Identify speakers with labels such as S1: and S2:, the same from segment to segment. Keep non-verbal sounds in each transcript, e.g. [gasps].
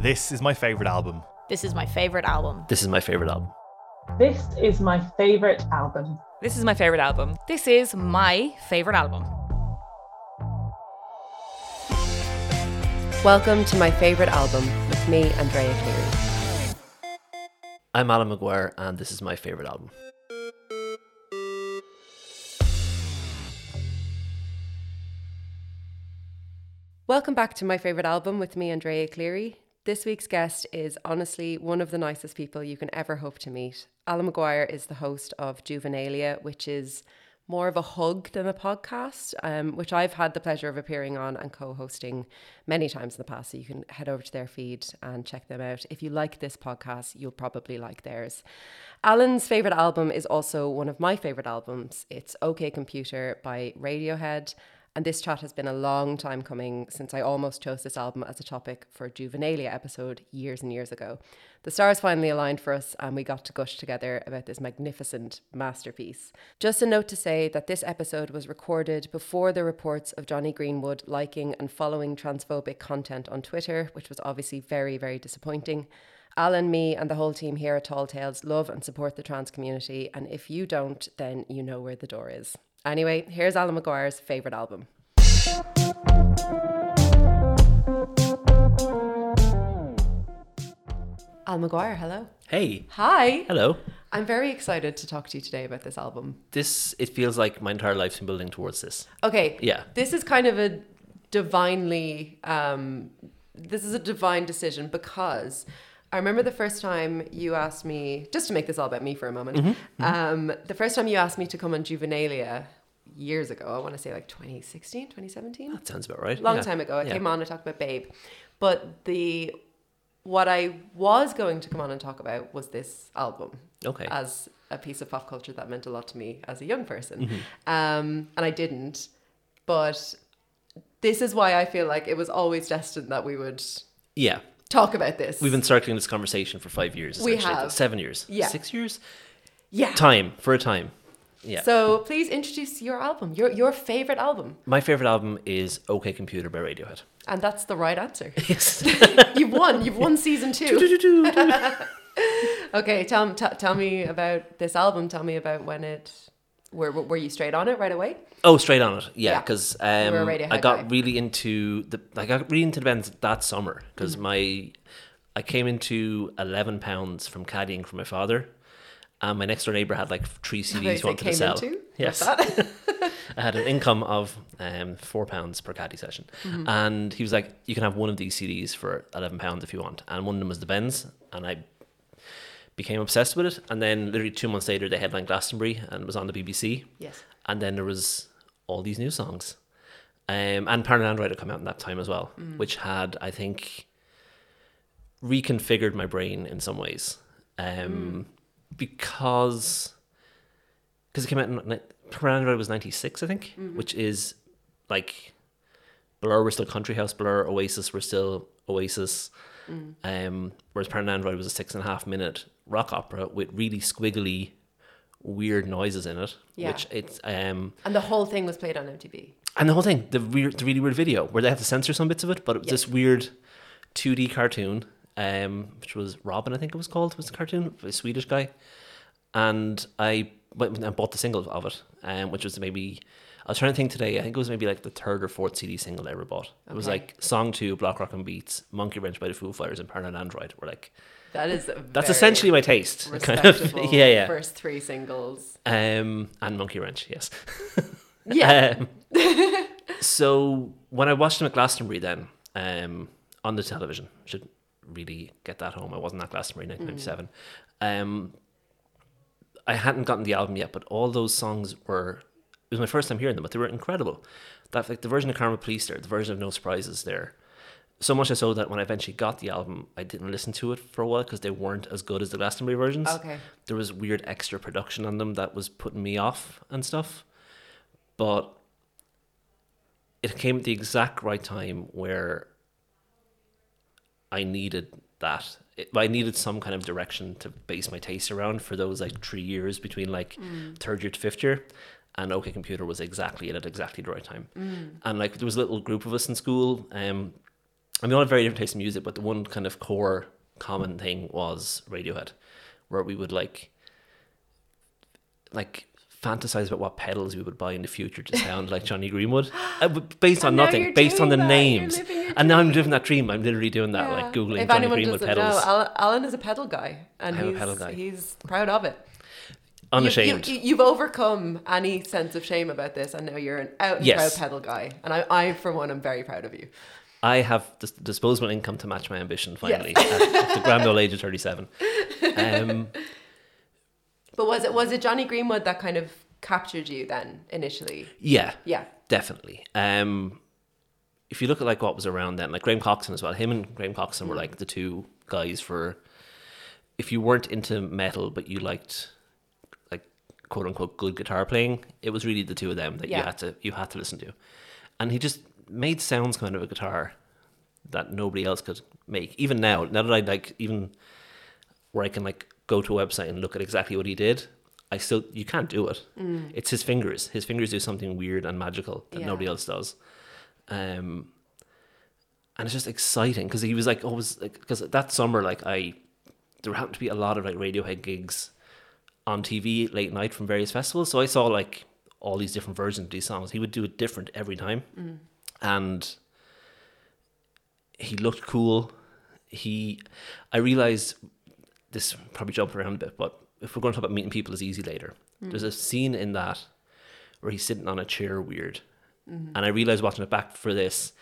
S1: This is my favorite album.
S2: This is my favorite album.
S3: This is my favorite album.
S4: This is my favorite album.
S5: This is my favorite album.
S2: This is my favorite album.
S6: Welcome to my favorite album with me, Andrea Cleary.
S3: I'm Alan McGuire, and this is my favorite album.
S6: Welcome back to my favorite album with me, Andrea Cleary. This week's guest is honestly one of the nicest people you can ever hope to meet. Alan McGuire is the host of Juvenalia, which is more of a hug than a podcast, um, which I've had the pleasure of appearing on and co hosting many times in the past. So you can head over to their feed and check them out. If you like this podcast, you'll probably like theirs. Alan's favourite album is also one of my favourite albums. It's OK Computer by Radiohead. And this chat has been a long time coming since I almost chose this album as a topic for a Juvenalia episode years and years ago. The stars finally aligned for us and we got to gush together about this magnificent masterpiece. Just a note to say that this episode was recorded before the reports of Johnny Greenwood liking and following transphobic content on Twitter, which was obviously very, very disappointing. Alan, me, and the whole team here at Tall Tales love and support the trans community, and if you don't, then you know where the door is. Anyway, here's Alan McGuire's favourite album. Alan McGuire, hello.
S3: Hey,
S6: Hi.
S3: hello.
S6: I'm very excited to talk to you today about this album.
S3: This it feels like my entire life's been building towards this.
S6: Okay.
S3: Yeah.
S6: This is kind of a divinely um this is a divine decision because I remember the first time you asked me just to make this all about me for a moment. Um the first time you asked me to come on Juvenalia years ago, I want to say like 2016, 2017
S3: That sounds about right.
S6: long
S3: Yeah.
S6: time ago. I
S3: Yeah.
S6: came on and talked about Babe, but the what I was going to come on and talk about was this album.
S3: Okay.
S6: As a piece of pop culture that meant a lot to me as a young person,
S3: Mm-hmm.
S6: um, and I didn't. But this is why I feel like it was always destined that we would
S3: Yeah,
S6: talk about this.
S3: we've been circling this conversation for five years.
S6: We
S3: essentially.
S6: have.
S3: seven years.
S6: Yeah.
S3: six years.
S6: yeah.
S3: Time for a time. Yeah.
S6: So please introduce your album, your your favorite album,
S3: my favorite album is OK Computer by
S6: [laughs]
S3: Radiohead.
S6: and that's the right answer.
S3: Yes.
S6: [laughs] you've won. You've won season
S3: [laughs]
S6: two. Okay, tell, t- tell me about this album. Tell me about when it. Were, were you straight on it right away?
S3: Oh, straight on it. Yeah,
S6: Yeah.
S3: because
S6: You
S3: um,
S6: were a Radiohead
S3: I got
S6: guy.
S3: really into the I got really into the bands that summer
S6: Mm-hmm.
S3: because my I came into eleven pounds from caddying for my father, and my next door neighbor had like
S6: [laughs]
S3: three CDs he
S6: They
S3: wanted
S6: came
S3: to sell.
S6: into?
S3: Yes, [laughs] I had an
S6: [laughs]
S3: income of um, four pounds per caddy session,
S6: Mm-hmm.
S3: and he was like, "You can have one of these CDs for eleven pounds if you want," and one of them was the Benz, and I became obsessed with it. And then literally two months later, they headlined Glastonbury and was on the BBC.
S6: Yes.
S3: And then there was all these new songs, um, and Paranoid Android had come out in that time as well, which had I think reconfigured my brain in some ways, um, because because it came out in ni- Paranoid Android was ninety six I think, which is like Blur were still Country House, Blur Oasis were still Oasis. Um, whereas Paranoid Android was a six and a half minute rock opera with really squiggly, weird noises in it.
S6: Yeah.
S3: Which it's um
S6: And the whole thing was played on MTV.
S3: and the whole thing, the weird, the really weird video where they had to censor some bits of it, but it was this weird 2D cartoon, um, which was Robin, I think it was called, was the cartoon, a Swedish guy, and I went and bought the single of it, um, which was maybe I was trying to think today, I think it was maybe like the third or fourth CD single I ever bought. It was
S6: Okay.
S3: like song two, Block Rock and Beats, Monkey Wrench by the Foo Fighters, and Paranoid Android. Were like
S6: That is
S3: that's essentially my taste, [laughs] kind of.
S6: respectable
S3: yeah, yeah.
S6: First
S3: [laughs]
S6: three singles.
S3: Um, and Monkey Wrench, yes.
S6: Yeah. [laughs]
S3: Um, so when I watched him at Glastonbury, then um, on the television, should really get that home. I wasn't at Glastonbury in
S6: Hmm.
S3: 1997. Um, I hadn't gotten the album yet, but all those songs were. It was my first time hearing them, but they were incredible. That like the version of Karma Police there, the version of No Surprises there. So much so that when I eventually got the album, I didn't listen to it for a while because they weren't as good as the Glastonbury versions.
S6: Okay.
S3: There was weird extra production on them that was putting me off and stuff. But it came at the exact right time where I needed that. It, I needed some kind of direction to base my taste around for those like three years between like
S6: Mm.
S3: third year to fifth year. And OK
S6: Mm.
S3: Computer was exactly it at exactly the right time. And like there was a little group of us in school. Um, I mean, we all have very different tastes in music, but the one kind of core common thing was Radiohead, where we would like, like fantasize about what pedals we would buy in the future to sound
S6: [laughs]
S3: like Johnny Greenwood, Uh, but based on
S6: And now you're
S3: nothing, based on the
S6: doing that. You're
S3: names.
S6: living your
S3: And now I'm living that dream. I'm literally doing that, [laughs]
S6: Yeah.
S3: like googling
S6: if
S3: Johnny
S6: anyone
S3: Greenwood
S6: doesn't
S3: pedals,
S6: know, Alan, Alan is a pedal guy, and
S3: I'm a
S6: he's,
S3: pedal guy.
S6: he's proud of it.
S3: unashamed.
S6: You, you, you've overcome any sense of shame about this, and now you're an out and
S3: Yes.
S6: proud pedal guy. And I, I, for one, am very proud of you.
S3: I have dis- disposable income to match my ambition finally at, at the grand old age of
S6: [laughs]
S3: 37. Um,
S6: But was it was it Johnny Greenwood that kind of captured you then initially?
S3: yeah,
S6: Yeah.
S3: definitely. Um, if you look at like what was around then, like Graham Coxon as well, him and Graham Coxon were like the two guys for if you weren't into metal but you liked like quote unquote good guitar playing, it was really the two of them that you
S6: Yeah.
S3: had to you had to listen to. And he just made sounds kind of a guitar that nobody else could make. Even now, now that I like even where I can like go to a website and look at exactly what he did, I still you can't do it. It's his fingers. His fingers do something weird and magical that
S6: Yeah.
S3: nobody else does. Um, and it's just exciting because he was like always like because that summer like I there happened to be a lot of like Radiohead gigs on TV late night from various festivals, so I saw like all these different versions of these songs. He would do it different every time, and he looked cool. He, I realized this probably jump around a bit, but if we're going to talk about meeting people is easy later. There's a scene in that where he's sitting on a chair weird. And I realized watching it back for this,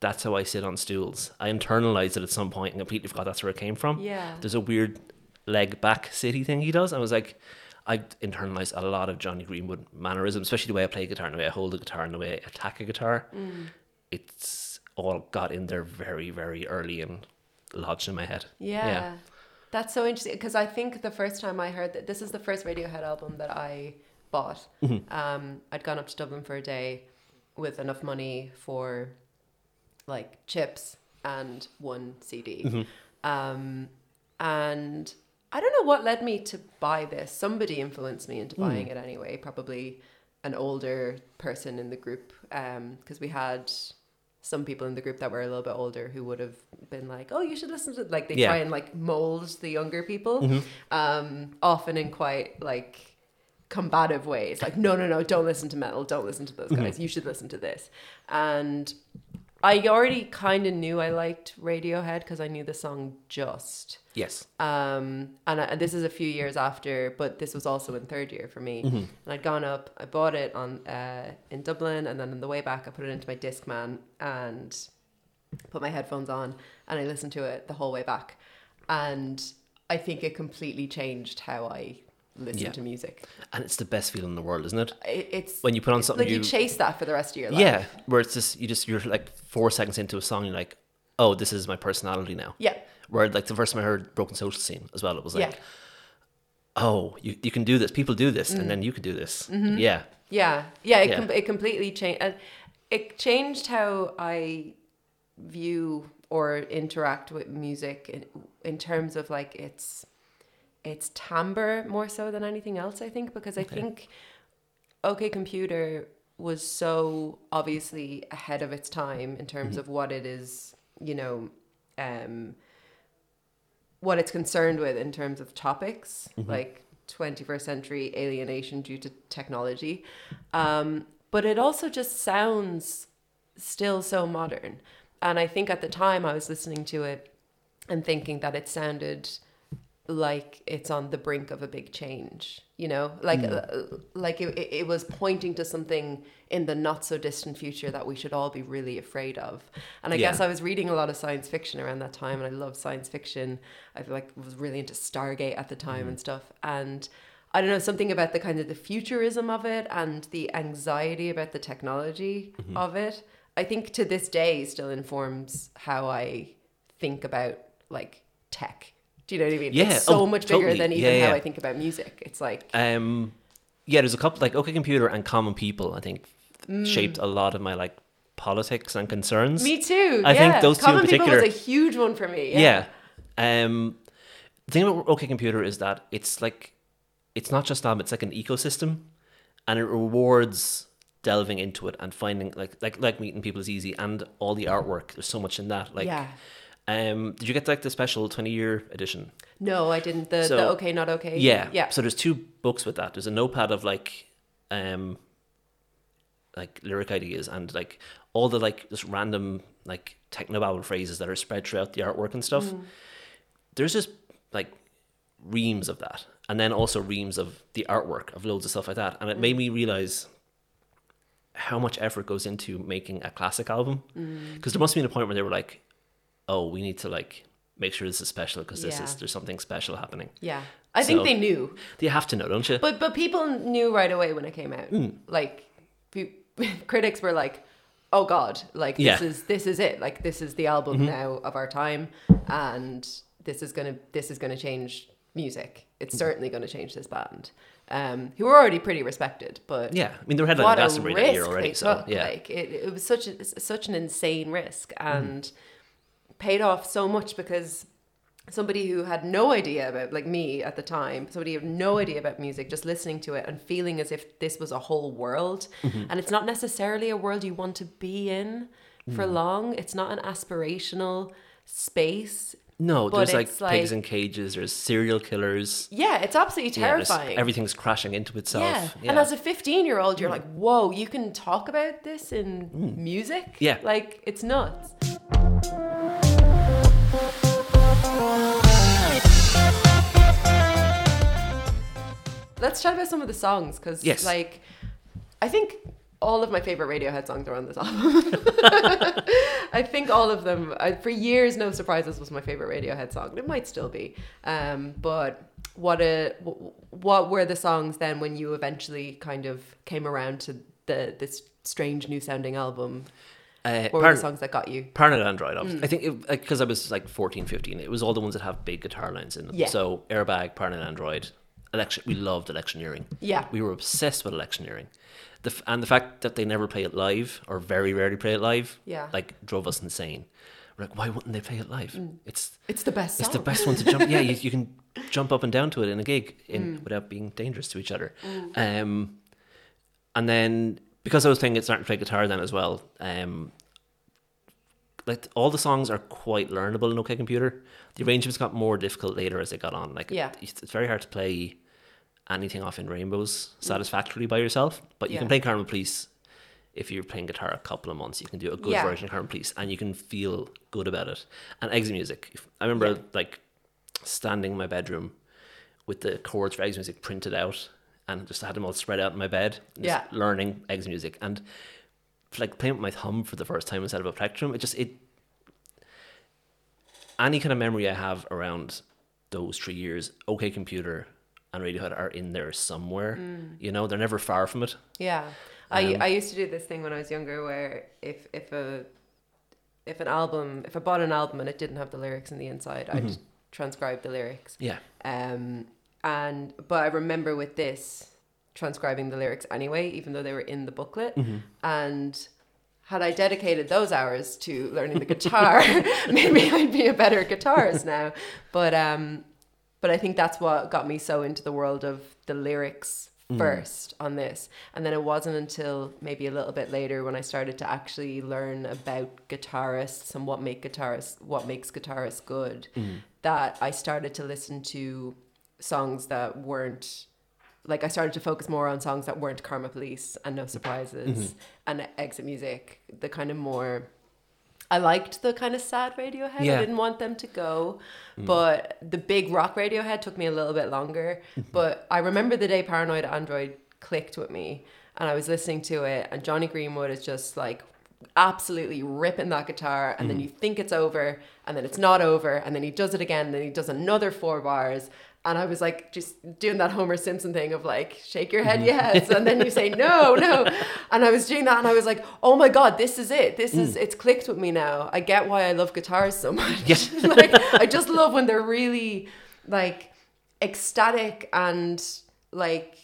S3: that's how I sit on stools. I internalized it at some point and completely forgot that's where it came from.
S6: Yeah.
S3: There's a weird leg back city thing he does. I was like, I internalized a lot of Johnny Greenwood mannerisms, especially the way I play guitar and the way I hold a guitar and the way I attack a guitar.
S6: Mm.
S3: It's all got in there very, very early and lodged in my head.
S6: Yeah. That's so interesting because I think the first time I heard that this is the first Radiohead album that I bought. Um, I'd gone up to Dublin for a day with enough money for like chips and one CD. Um, and I don't know what led me to buy this. Somebody influenced me into buying it anyway, probably an older person in the group because we had some people in the group that were a little bit older who would have been like, "Oh, you should listen to." Like they
S3: Yeah.
S6: try and like mold the younger people, um, often in quite like combative ways. Like, no, no, no, don't listen to metal. Don't listen to those guys. You should listen to this. And I already kind of knew I liked Radiohead because I knew the song Just
S3: Yes.
S6: um, and, I, and this is a few years after, but this was also in third year for
S3: Mm-hmm.
S6: me. And I'd gone up, I bought it on uh, in Dublin, and then on the way back, I put it into my Discman and put my headphones on, and I listened to it the whole way back. And I think it completely changed how I listen
S3: Yeah.
S6: to music.
S3: And it's the best feeling in the world, isn't it?
S6: It, it's
S3: When you put on something
S6: like you,
S3: you-
S6: chase that for the rest of your life.
S3: Yeah, where it's just you just you're like four seconds into a song, you're like, oh, this is my personality now.
S6: yeah,
S3: Where like the first time I heard Broken Social Scene as well, it was like,
S6: yeah.
S3: oh, you, you can do this. People do this,
S6: Mm.
S3: and then you can do this.
S6: Mm-hmm.
S3: Yeah,
S6: Yeah, yeah. It,
S3: Yeah.
S6: Com- it completely changed. And it changed how I view or interact with music in, in terms of like its its timbre more so than anything else. I think because I think OK Computer was so obviously ahead of its time in terms of what it is. You know. Um, what it's concerned with in terms of topics like 21st century alienation due to technology um, but it also just sounds still so modern and i think at the time i was listening to it and thinking that it sounded like it's on the brink of a big change you know like uh, like it, it it was pointing to something in the not so distant future that we should all be really afraid of and i
S3: Yeah.
S6: guess i was reading a lot of science fiction around that time and i love science fiction i like was really into stargate at the time and stuff and i don't know something about the kind of the futurism of it and the anxiety about the technology of it i think to this day still informs how i think about like tech. Do you know what I mean?
S3: Yeah,
S6: It's so
S3: oh,
S6: much bigger
S3: totally.
S6: than even
S3: Yeah, yeah.
S6: how I think about music. It's like
S3: um, yeah. There's a couple like OK Computer and Common People. I think shaped a lot of my like politics and concerns.
S6: Mm. me too.
S3: I think
S6: yeah.
S3: those two in
S6: Common
S3: particular-
S6: People was a huge one for me. Yeah.
S3: Yeah. Um, the thing about OK Computer is that it's like, it's not just them, it's like an ecosystem and it rewards delving into it and finding like like like meeting people is easy and all the artwork. There's so much in that. Like,
S6: Yeah.
S3: um, did you get like the special twenty year edition?
S6: No, I didn't. The, the
S3: So-
S6: okay, not okay.
S3: Yeah.
S6: Yeah.
S3: So there's two books with that. There's a notepad of like, um, like lyric ideas and like all the like just random like technobabble phrases that are spread throughout the artwork and stuff.
S6: Mm.
S3: There's just like reams of that, and then also reams of the artwork of loads of stuff like that, and it
S6: Mm.
S3: made me realize how much effort goes into making a classic album
S6: Mm.
S3: because there must have been a point where they were like oh we need to like make sure this is special because this
S6: Yeah.
S3: is there's something special happening
S6: yeah. I think
S3: So-
S6: they knew.
S3: you have to know, don't you?
S6: But but people knew right away when it came out.
S3: Hmm.
S6: Like pe- [laughs] critics were like, "Oh God! Like this
S3: Yeah. Mm-hmm.
S6: is this is it! Like this is the album now of our time, and this is gonna this is gonna change music. It's
S3: Mm-hmm.
S6: certainly gonna change this band, um, who were already pretty respected, but
S3: yeah, I mean they were headlining
S6: what a
S3: Glastonbury that year
S6: risk
S3: already,
S6: they
S3: so
S6: took!
S3: yeah,
S6: Like it, it was such a, such an insane risk and paid off so much because somebody who had no idea about like me at the time somebody who had no idea about music just listening to it and feeling as if this was a whole world
S3: Mm-hmm.
S6: and it's not necessarily a world you want to be in for
S3: Mm.
S6: long it's not an aspirational space
S3: no,
S6: But
S3: there's like,
S6: it's
S3: pigs
S6: like-
S3: in cages, there's serial killers,
S6: yeah it's absolutely
S3: yeah, there's-
S6: terrifying
S3: everything's crashing into
S6: yeah.
S3: itself. Yeah, Mm.
S6: and as a 15 year old you're like whoa you can talk about this in music
S3: Yeah.
S6: like it's nuts let's chat about some of the songs because
S3: Yes.
S6: like i think all of my favorite radiohead songs are on this album
S3: [laughs]
S6: i think all of them I, for years no surprises was my favorite radiohead song it might still be um, but what a wh- what were the songs then when you eventually kind of came around to the this strange new sounding album
S3: uh,
S6: what were the
S3: Paranoid
S6: songs Hmm. that got you
S3: Android, obviously. I think because I was like 14, 15, it was all the ones that have big guitar lines in them.
S6: Yeah.
S3: So Airbag, Paranoid Android, election. We loved electioneering.
S6: Yeah.
S3: we were obsessed with electioneering. The f- and the fact that they never play it live or very rarely play it live,
S6: Yeah.
S3: like drove us insane. We're like, why wouldn't they play it live?
S6: Hmm.
S3: It's
S6: it's the best song
S3: It's the best one to jump. Yeah,
S6: [laughs]
S3: you, you can jump up and down to it in a gig in,
S6: Mm.
S3: without being dangerous to each other. Um, and then because I was playing, starting to play guitar then as well. Um, like all the songs are quite learnable in OK Computer. The arrangements got more difficult later as they got on. Like
S6: Mm. Yeah.
S3: it's, it's very hard to play anything off in Rainbows satisfactorily by yourself, but you
S6: Mm. Yeah.
S3: can play Carmen Police. If you're playing guitar a couple of months, you can do a good
S6: Yeah.
S3: version of Carmen Police and you can feel good about it. And exit music. if- I remember like standing in my bedroom with the chords for eggs music printed out and just had them all spread out in my bed. and just
S6: Yeah.
S3: Learning eggs music and like playing with my thumb for the first time instead of a plectrum. It just it any kind of memory I have around those three years, OK Computer and Radiohead are in there somewhere.
S6: Mm.
S3: You know, they're never far from it.
S6: Yeah. I, I used to do this thing when I was younger where if if a if an album if I bought an album and it didn't have the lyrics in the inside, I'd transcribe the lyrics.
S3: Yeah.
S6: Um and but I remember with this transcribing the lyrics anyway, even though they were in the booklet. And had I dedicated those hours to learning the guitar, [laughs] maybe I'd be a better guitarist now. But um but I think that's what got me so into the world of the lyrics first on this. And then it wasn't until maybe a little bit later when I started to actually learn about guitarists and what make guitarists what makes guitarists good that I started to listen to songs that weren't like I started to focus more on songs that weren't Karma Police and No Surprises and Exit Music, the kind of more I liked the kind of sad Radiohead. I
S3: Yeah.
S6: didn't want them to go, but the big rock Radiohead took me a little bit longer. but I remember the day Paranoid Android clicked with me, and I was listening to it, and Johnny Greenwood is just like absolutely ripping that guitar, and then you think it's over, and then it's not over, and then he does it again, and then he does another four bars. And I was like, just doing that Homer Simpson thing of like, shake your
S3: Mm-hmm.
S6: head, yes. And then
S3: [laughs]
S6: you say, no, no. And I was doing that and I was like, oh my God, this is it. This is,
S3: Mm.
S6: it's clicked with me now. I get why I love guitars so much. [laughs] like, I just love when they're really like ecstatic and like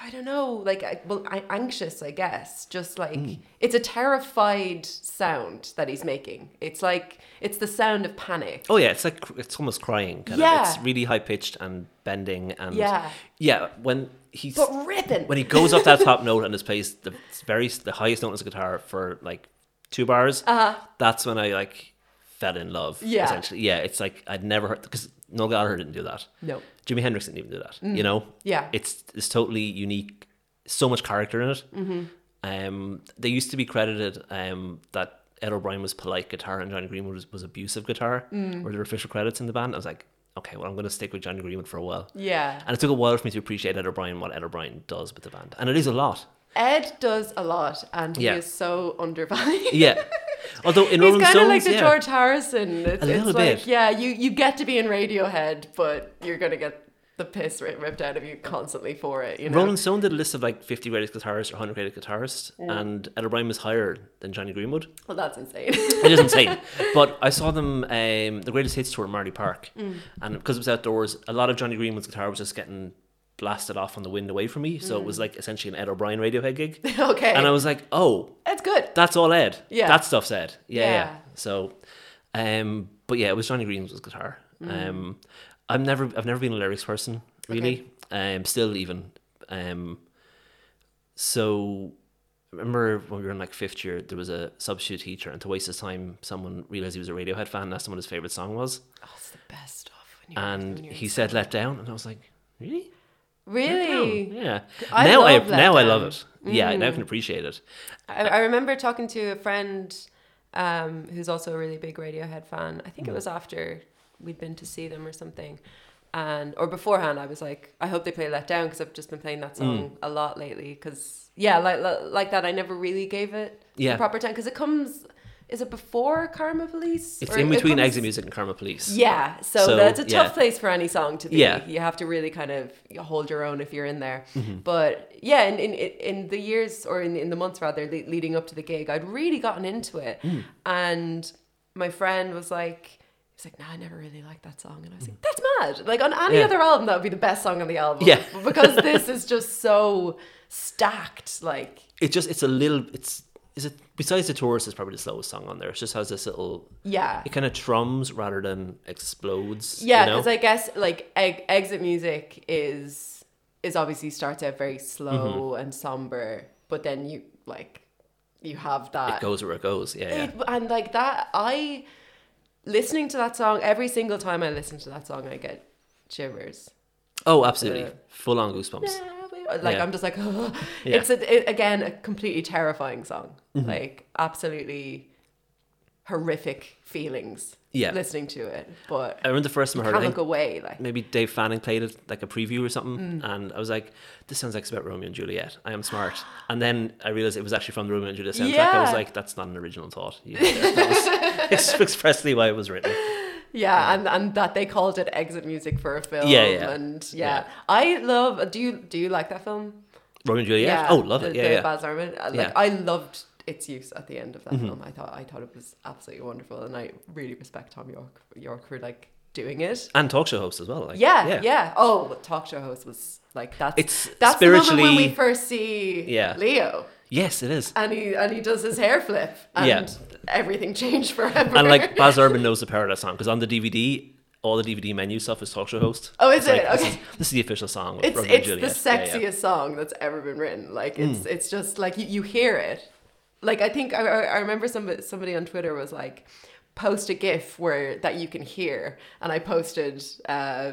S6: I don't know, like I- well, I, anxious, I guess. Just like
S3: Mm.
S6: it's a terrified sound that he's making. It's like it's the sound of panic.
S3: Oh yeah, it's like it's almost crying. Kind
S6: Yeah.
S3: of. it's really high pitched and bending and
S6: Yeah.
S3: yeah. When he's
S6: But ripping.
S3: when he goes up that top note and is plays the very the highest note on his guitar for like two bars, uh-huh. that's when I like fell in love.
S6: Yeah.
S3: essentially, yeah. It's like I'd never heard because Noel Gallagher didn't do that.
S6: No. Mm.
S3: Jimi Hendrix didn't even do that. You know,
S6: Yeah.
S3: it's it's totally unique. So much character in it.
S6: Mm-hmm.
S3: Um, they used to be credited um, that Ed O'Brien was polite guitar and Johnny Greenwood was, was abusive guitar,
S6: Mm.
S3: or there were official credits in the band. I was like, okay, well, I'm going to stick with Johnny Greenwood for a while.
S6: yeah.
S3: And it took a while for me to appreciate Ed O'Brien, what Ed O'Brien does with the band. And it is a lot.
S6: Ed does a lot, and
S3: Yeah.
S6: he is so undervalued.
S3: Yeah. Although in
S6: [laughs] He's
S3: Rolling
S6: kind of
S3: Stones,
S6: like the
S3: yeah.
S6: George Harrison. It's,
S3: A little
S6: it's like,
S3: bit.
S6: yeah, you, you get to be in Radiohead, but you're gonna get the piss ri- ripped out of you constantly for it. You know,
S3: Rolling Stone did a list of like 50 greatest guitarists or 100 greatest guitarists, and Ed O'Brien was higher than Johnny Greenwood.
S6: well, that's insane. [laughs]
S3: It is insane. but I saw them um, the greatest hits tour at Marley Park,
S6: Mm.
S3: and because it was outdoors, a lot of Johnny Greenwood's guitar was just getting blasted off on the wind away from me. So
S6: Mm.
S3: it was like essentially an Ed O'Brien Radiohead gig,
S6: [laughs] okay,
S3: and I was like, oh,
S6: that's good.
S3: that's all Ed.
S6: Yeah.
S3: That stuff's Ed. Yeah. yeah.
S6: Yeah.
S3: So, um, but yeah, it was Johnny Green's guitar.
S6: Mm.
S3: Um, I've never, I've never been a lyrics person really. Um, still even. Um, so remember when we were in like fifth year, there was a substitute teacher, and to waste his time, someone realized he was a Radiohead fan, and asked him what his favorite song was,
S6: Oh, it's the best stuff. When you're,
S3: and
S6: when you're-
S3: he said "Let Down," and I was like, really.
S6: really.
S3: Yeah.
S6: I
S3: now I
S6: love Let
S3: now I love
S6: Down. Mm.
S3: it. Yeah, I now can appreciate it.
S6: I, I remember talking to a friend um, who's also a really big Radiohead fan. I
S3: Mm.
S6: think it was after we'd been to see them or something. And or beforehand, I was like, I hope they play Let Down because I've just been playing
S3: Mm.
S6: that song a lot lately. Because yeah, like li- like that, I never really gave it
S3: Yeah.
S6: the proper time because it comes. Is it before Karma Police?
S3: It's
S6: Or
S3: in
S6: it
S3: between
S6: comes-
S3: Exit Music and Karma Police.
S6: Yeah, so,
S3: So,
S6: that's a
S3: yeah.
S6: tough place for any song to be.
S3: Yeah. Mm-hmm.
S6: You have to really kind of hold your own if you're in there. But yeah, in, in in the years or in, in the months rather le- leading up to the gig, I'd really gotten into it.
S3: Hmm.
S6: And my friend was like, he was like, no, I never really liked that song. And I was like, that's mad. Like on any
S3: Yeah.
S6: other album, that would be the best song on the album.
S3: Yeah.
S6: But [laughs] because this is just so stacked. Like,
S3: it just it's a little it's is it besides the Taurus is probably the slowest song on there. It just has this little
S6: yeah.
S3: it kind of trums rather than explodes.
S6: Yeah,
S3: you know?
S6: because I guess like eg- exit music is is obviously starts out very slow
S3: Mm-hmm.
S6: and somber, but then you like you have
S3: it
S6: that
S3: goes where it goes. Yeah, yeah.
S6: uh, it- and like that I listening to that song every single time I listen to that song I get shivers.
S3: Oh, absolutely,
S6: Yeah.
S3: full on goosebumps.
S6: Like
S3: Yeah.
S6: I'm just like [laughs]
S3: Yeah. Mm-hmm.
S6: it's a, it, again a completely terrifying song. Like absolutely horrific feelings
S3: Yeah.
S6: listening to it, but
S3: I remember the first time I heard it. I
S6: can't
S3: think
S6: look away like
S3: maybe Dave Fanning played it like a preview or something,
S6: Mm.
S3: and I was like, "This sounds like it's about Romeo and Juliet." I am smart, and then I realized it was actually from the Romeo and Juliet soundtrack. I was
S6: Yeah.
S3: like, "That's not an original thought." You
S6: [laughs]
S3: that was [laughs] it's expressly why it was written.
S6: Yeah, and, and that they called it exit music for a film.
S3: Yeah, yeah.
S6: And yeah.
S3: Yeah.
S6: I love do you do you like that film?
S3: Romeo and Juliet. Oh, love it.
S6: the-
S3: Yeah,
S6: the
S3: yeah.
S6: Baz Luhrmann. Uh, Like
S3: Yeah. Mm-hmm.
S6: I loved its use at the end of that film. I thought I thought it was absolutely wonderful and I really respect Tom York York for like doing it.
S3: and talk show host as well. Like,
S6: Yeah, yeah. Oh, the talk show host was like that's
S3: It's
S6: that's the moment when
S3: spiritually-
S6: we first see
S3: Yeah.
S6: Leo
S3: Yes, it is.
S6: and he and he does his hair flip and
S3: Yeah.
S6: everything [laughs] changed forever.
S3: And
S6: [laughs]
S3: like Baz Urban knows the Paradise song because on the DVD, all the DVD menu stuff is talk show host.
S6: Oh, is
S3: It's
S6: it?
S3: This
S6: Okay.
S3: is, this is the official song. Of
S6: It's
S3: Romeo
S6: it's
S3: and
S6: the
S3: Juliet.
S6: sexiest
S3: Yeah, Hmm. yeah.
S6: song that's ever been written. Like it's it's just like you, you hear it. Like I think I, I I remember somebody somebody on Twitter was like, post a GIF where that you can hear, and I posted uh,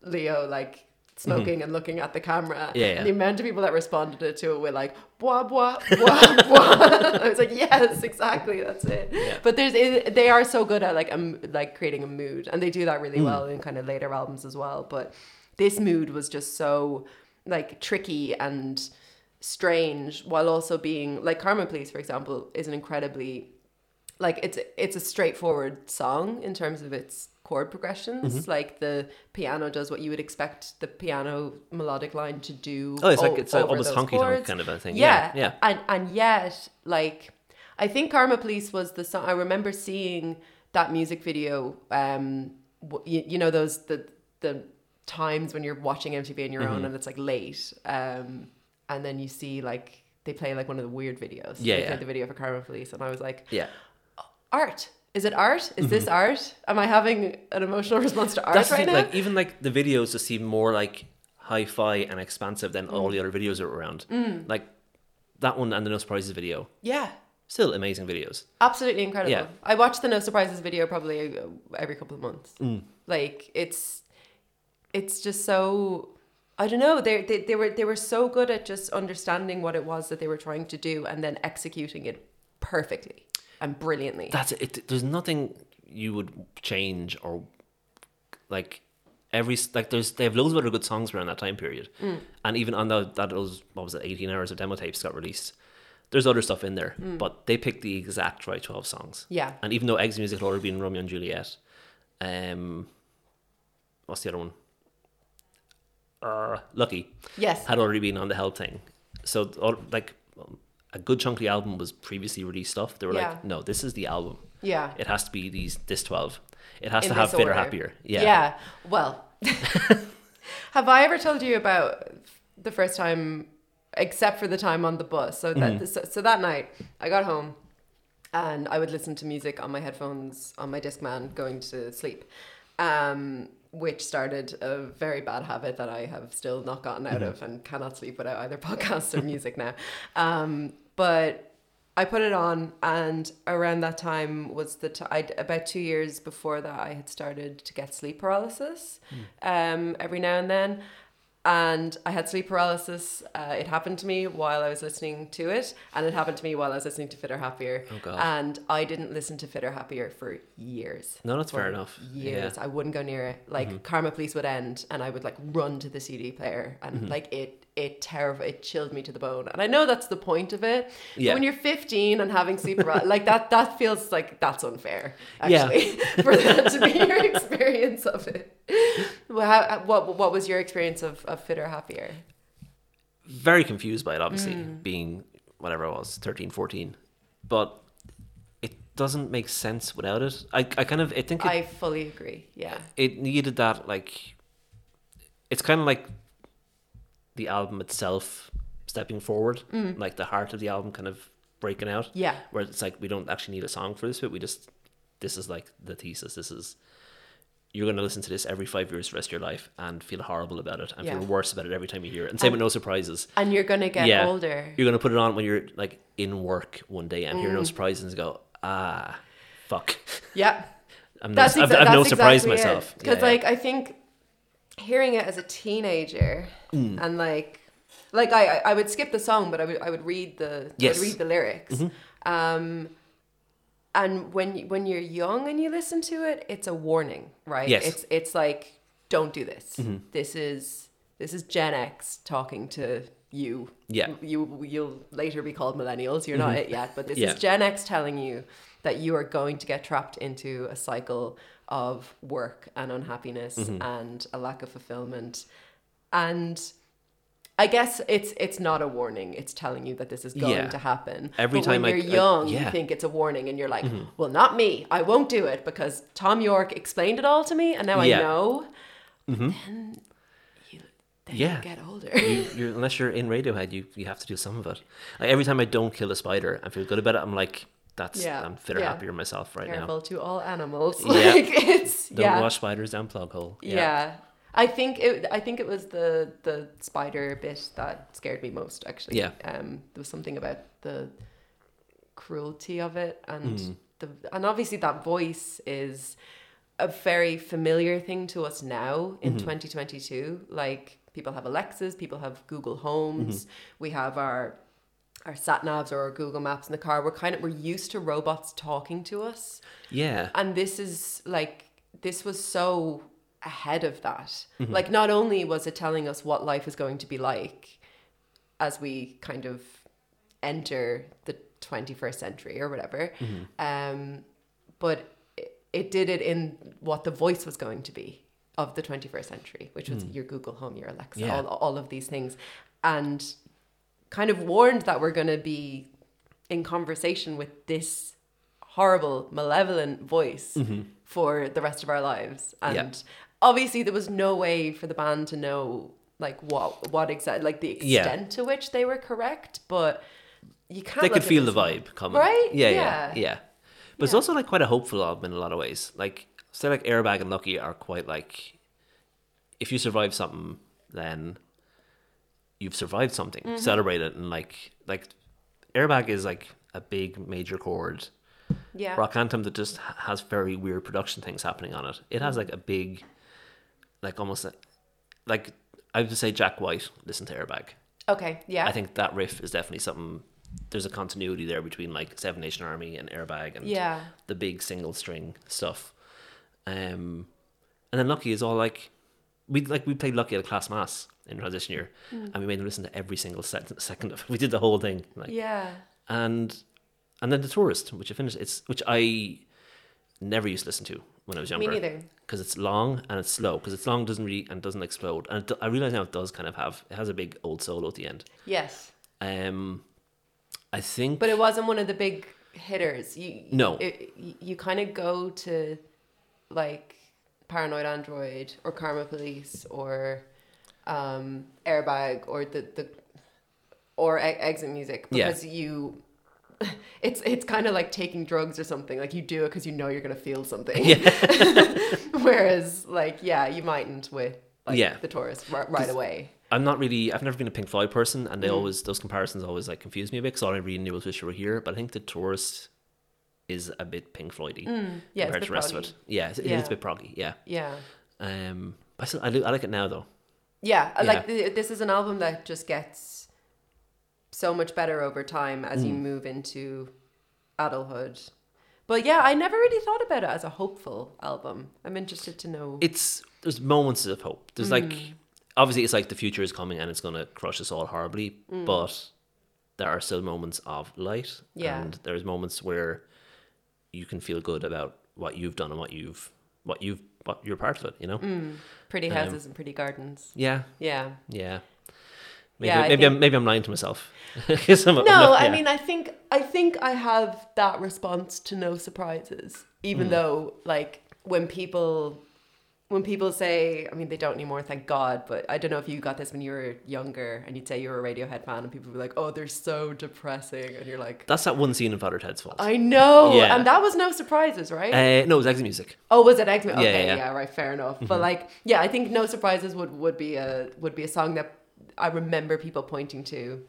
S6: Leo like smoking and looking at the camera.
S3: Mm-hmm. Yeah, yeah.
S6: And the amount of people that responded to it to it were like blah blah [laughs] blah blah. I was like, yes, exactly, that's it. But there's it, they are so good at like um like creating a mood, and they do that
S3: Mm.
S6: really well in kind of later albums as well. But this mood was just so like tricky and strange, while also being like Karma Police, for example, is an incredibly like it's it's a straightforward song in terms of its chord progressions
S3: Mm-hmm.
S6: like the piano does what you would expect the piano melodic line to do
S3: Oh, it's like
S6: o-
S3: it's like
S6: over
S3: almost
S6: those
S3: honky tonk
S6: chords.
S3: kind of a thing.
S6: yeah
S3: Yeah, yeah.
S6: and and yet like i think karma police was the song i remember seeing that music video um w- you, you know those the the times when you're watching MTV on your
S3: Mm-hmm.
S6: own and it's like late. Um, and then you see like they play like one of the weird videos.
S3: Yeah,
S6: They
S3: yeah.
S6: played the video for Karma Police and I was like,
S3: Yeah.
S6: Art. Is it art? Is this art? Am I having an emotional [laughs] response to art
S3: Mm-hmm. That's the
S6: right
S3: thing,
S6: now?
S3: like even like the videos just seem more like hi-fi and expansive than all the other videos that were around.
S6: Mm.
S3: Like that one and the No Surprises video,
S6: yeah.
S3: still amazing videos.
S6: Absolutely incredible.
S3: Yeah.
S6: I watch the No Surprises video probably uh, every couple of months.
S3: Mm.
S6: Like it's it's just so I don't know. They, they they were they were so good at just understanding what it was that they were trying to do and then executing it perfectly and brilliantly.
S3: That's it. There's nothing you would change or like every like there's they have loads of other good songs around that time period, and even on that that was what was it 18 hours of demo tapes got released. There's other stuff in there, but they picked the exact right 12 songs.
S6: Yeah.
S3: and even though Eggs Music had already been Romeo and Juliet, um, what's the other one? Uh, Lucky
S6: yes.
S3: had already been on the Help thing. So th- all, like um, a good chunk of the album was previously released stuff. They were
S6: Yeah.
S3: like, no, this is the album.
S6: Yeah.
S3: It has to be these this twelve. It has
S6: In
S3: to have
S6: this
S3: fitter
S6: order.
S3: happier. Yeah.
S6: Yeah.
S3: [laughs]
S6: Well, have I ever told you about the first time, except for the time on the bus? So
S3: Mm-hmm.
S6: that so, so that night, I got home, and I would listen to music on my headphones on my Discman going to sleep, um, which started a very bad habit that I have still not gotten
S3: Mm-hmm.
S6: out of and cannot sleep without either [laughs] podcasts or music now. Um, but I put it on, and around that time was the time about two years before that I had started to get sleep paralysis
S3: Hmm.
S6: um, every now and then, and I had sleep paralysis. Uh, it happened to me while I was listening to it, and it happened to me while I was listening to Fitter Happier. Oh
S3: God.
S6: And I didn't listen to Fitter Happier for years.
S3: No, that's
S6: For
S3: fair enough.
S6: Years, I wouldn't go near it. Like
S3: Mm-hmm.
S6: Karma Police would end, and I would like run to the CD player, and
S3: Mm-hmm.
S6: like it, it terrified, it chilled me to the bone. And I know that's the point of it. but
S3: Yeah.
S6: when you're 15 and having sleep paralysis, like that, that feels like that's unfair. Actually, [laughs] for that to be your experience of it. Well, how, uh, what what was your experience of of fitter happier?
S3: Very confused by it, obviously,
S6: Mm.
S3: being whatever I was, 13, 14. But it doesn't make sense without it. I, I kind of I think it,
S6: I fully agree. Yeah.
S3: it needed that like it's kind of like the album itself stepping forward like the heart of the album kind of breaking out
S6: Mm. Yeah.
S3: where it's like we don't actually need a song for this but we just this is like the thesis this is you're going to listen to this every five years the rest of your life and feel horrible about it and
S6: Yeah.
S3: feel worse about it every time you hear it and same with no surprises
S6: And you're gonna get
S3: yeah
S6: older. Mm.
S3: you're going to put it on when you're like in work one day and hear no surprises and go ah fuck [laughs]
S6: Yeah.
S3: i'm no,
S6: That's
S3: I've,
S6: exa-
S3: I've
S6: that's
S3: no surprise
S6: exactly
S3: myself Yeah,
S6: Because
S3: yeah.
S6: like I think hearing it as a teenager
S3: Mm.
S6: and like like I I- I would skip the song, but I would I would read the I
S3: Yes. Mm-hmm.
S6: would read the lyrics. Um, and when you- when you're young and you listen to it, it's a warning, right?
S3: Yes. Mm-hmm.
S6: It's it's like don't do this. This is this is Gen X talking to you.
S3: Yeah.
S6: You you'll later be called millennials. You're not it yet, but this
S3: Mm-hmm. Yeah.
S6: is Gen X telling you that you are going to get trapped into a cycle of work and unhappiness
S3: Mm-hmm.
S6: and a lack of fulfillment and I guess it's it's not a warning. It's telling you that this is going
S3: Yeah.
S6: to happen.
S3: Every
S6: but
S3: time I-
S6: when you're
S3: I-
S6: young, you
S3: yeah. Mm-hmm.
S6: think it's a warning, and you're like, "Well, not me. I won't do it because Tom York explained it all to me, and now I
S3: Yeah.
S6: know." But then you, then
S3: Yeah.
S6: you get older.
S3: you, you're, unless you're in Radiohead, you, you have to do some of it. Like every time I don't kill a spider and feel good about it, I'm like, that's
S6: Yeah,
S3: I'm fitter,
S6: yeah.
S3: happier myself right
S6: Terrible to all animals.
S3: Yeah.
S6: [laughs] Like it's
S3: now. Don't
S6: yeah.
S3: wash spiders down plug hole.
S6: yeah, I think it. I think it was the the spider bit that scared me most. Actually,
S3: Yeah.
S6: Um, there was something about the cruelty of it and the and obviously that voice is a very familiar thing to us now in 2022 like people have alexas people have google homes we have our our sat navs or our google maps in the car we're kind of we're used to robots talking to us
S3: Yeah.
S6: and this is like this was so ahead of that
S3: Mm-hmm.
S6: like not only was it telling us what life is going to be like as we kind of enter the 21st century or whatever
S3: Mm-hmm.
S6: um but it, it did it in what the voice was going to be of the 21st century which was your google home your alexa
S3: Mm. Yeah.
S6: all, all of these things and kind of warned that we're going to be in conversation with this
S3: Mm-hmm.
S6: horrible, malevolent voice for the rest of our lives. And obviously there was no way for the band to know like what what exact like the extent
S3: Yeah.
S6: to which they were correct, but you can't.
S3: they
S6: look
S3: could
S6: at
S3: feel the
S6: this-
S3: vibe coming,
S6: Right?
S3: Yeah, yeah, yeah.
S6: Yeah.
S3: But it's also like quite a hopeful album in a lot of ways. Like, say, like Airbag and Lucky are quite like, if you survive something, then you've survived something.
S6: Mm-hmm.
S3: Celebrate it and like, like, Airbag is like a big major chord
S6: Yeah.
S3: rock anthem that just ha- has very weird production things happening on it. It
S6: Hmm.
S3: has like a big, like almost like, like I would say Jack White. Listen to Airbag.
S6: Okay. Yeah.
S3: I think that riff is definitely something. There's a continuity there between like Seven Nation Army and Airbag and
S6: Yeah.
S3: the big single string stuff. Um, and then Lucky is all like we like we played Lucky at a class mass in transition year,
S6: Hmm.
S3: and we made them listen to every single sec- second of. [laughs] it. We did the whole thing. Like,
S6: Yeah.
S3: and and then the tourist which i finished it's which i never used to listen to when i was younger
S6: neither.
S3: because it's long and it's slow because it's long doesn't really and doesn't explode and it, do- i realize now it does kind of have it has a big old solo at the end
S6: Yes.
S3: um i think
S6: But it wasn't one of the big hitters. You
S3: No.
S6: It, you kind of go to like Paranoid Android or Karma Police or um, Airbag or the the or e- Exit Music
S3: Yeah.
S6: because you. [laughs] It's it's kind of like taking drugs or something. Like you do it because you know you're gonna feel something. [laughs]
S3: [laughs]
S6: Whereas like yeah, you mightn't with like,
S3: Yeah.
S6: the tourist right, right away.
S3: i'm not really i've never been a pink floyd person
S6: Mm.
S3: and they always those comparisons always like confuse me a bit because all i really knew was wish you were here but i think the tourist is a bit pink floydy
S6: Mm, yeah, it's a
S3: compared
S6: bit
S3: to the rest
S6: proggy.
S3: of it yeah it's,
S6: Yeah.
S3: it's a bit proggy yeah
S6: Yeah.
S3: um i still I, li- I like it now though
S6: Yeah, I like
S3: Yeah.
S6: th- this is an album that just gets so much better over time as
S3: Mm.
S6: you move into adulthood. But yeah, I never really thought about it as a hopeful album. I'm interested to know.
S3: it's there's moments of hope. There's like
S6: Mm.
S3: obviously it's like the future is coming and it's gonna crush us all horribly,
S6: Mm.
S3: but there are still moments of light.
S6: Yeah.
S3: And there's moments where you can feel good about what you've done and what you've what you've what you're part of it, you know?
S6: Mm. pretty houses and pretty gardens.
S3: Yeah,
S6: Yeah.
S3: yeah. Maybe,
S6: Yeah, I
S3: maybe,
S6: think-
S3: I'm, maybe I'm lying to myself. [laughs] 'Cause I'm- I'm
S6: No,
S3: not-
S6: I
S3: yeah.
S6: mean, I think I think I have that response to no surprises,
S3: Mm.
S6: even though like when people when people say, I mean, they don't anymore, thank God. But I don't know if you got this when you were younger, and you'd say you were a Radiohead fan, and people would be like, "Oh, they're so depressing," and you're like,
S3: that's that one scene in Father Ted's fault.
S6: "I know,"
S3: Yeah.
S6: and that was no surprises, right?
S3: Uh, no, it was exit music.
S6: oh, was it X Men?
S3: yeah,
S6: Okay, yeah,
S3: yeah. Mm-hmm.
S6: right, fair enough. But like, yeah, I think no surprises would would be a would be a song that I remember people pointing to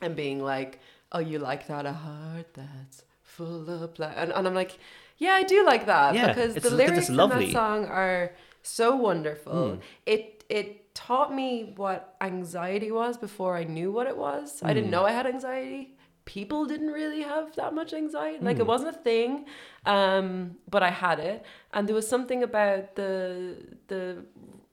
S6: and being like, "Oh, you like that? A heart that's full of black," and, and I'm like, "Yeah, I do like that
S3: Yeah,
S6: because
S3: it's-
S6: the
S3: look at this
S6: lyrics in
S3: lovely- Hmm.
S6: that song are so wonderful. It it taught me what anxiety was before I knew what it was. I
S3: Hmm.
S6: didn't know I had anxiety. People didn't really have that much anxiety.
S3: Hmm.
S6: Like it wasn't a thing, um, but I had it. And there was something about the the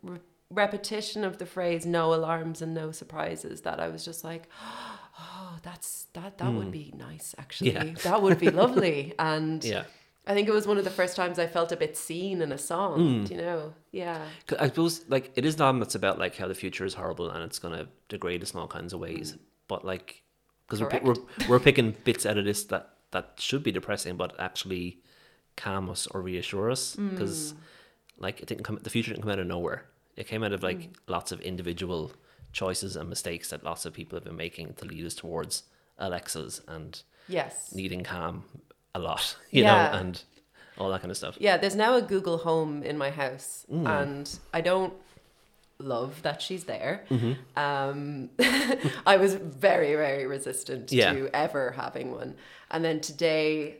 S6: re- repetition of the phrase "no alarms and no surprises" that I was just like, [gasps] oh, that's that that would be nice actually.
S3: Hmm. Yeah.
S6: That
S3: [laughs]
S6: would be lovely. And
S3: Yeah.
S6: I think it was one of the first times I felt a bit seen in a
S3: Hmm.
S6: song. do You know, yeah,
S3: 'Cause I suppose like it is an album that's about like how the future is horrible and it's gonna degrade us in all kinds of ways. But like because we're, pi- we're
S6: Mm. Correct.
S3: we're picking bits out of this that that should be depressing, but actually calm us or reassure us
S6: Mm.
S3: because like it didn't come the future didn't come out of nowhere. It came out of like
S6: Mm.
S3: lots of individual choices and mistakes that lots of people have been making to lead us towards Alexas and
S6: yes,
S3: needing calm a lot, [laughs] you know,
S6: Yeah.
S3: and all that kind of stuff. Mm.
S6: yeah. There's now a Google Home in my house, and I don't love that she's there.
S3: Mm-hmm.
S6: Um, [laughs] I was very, very resistant
S3: Yeah.
S6: to ever having one, and then today,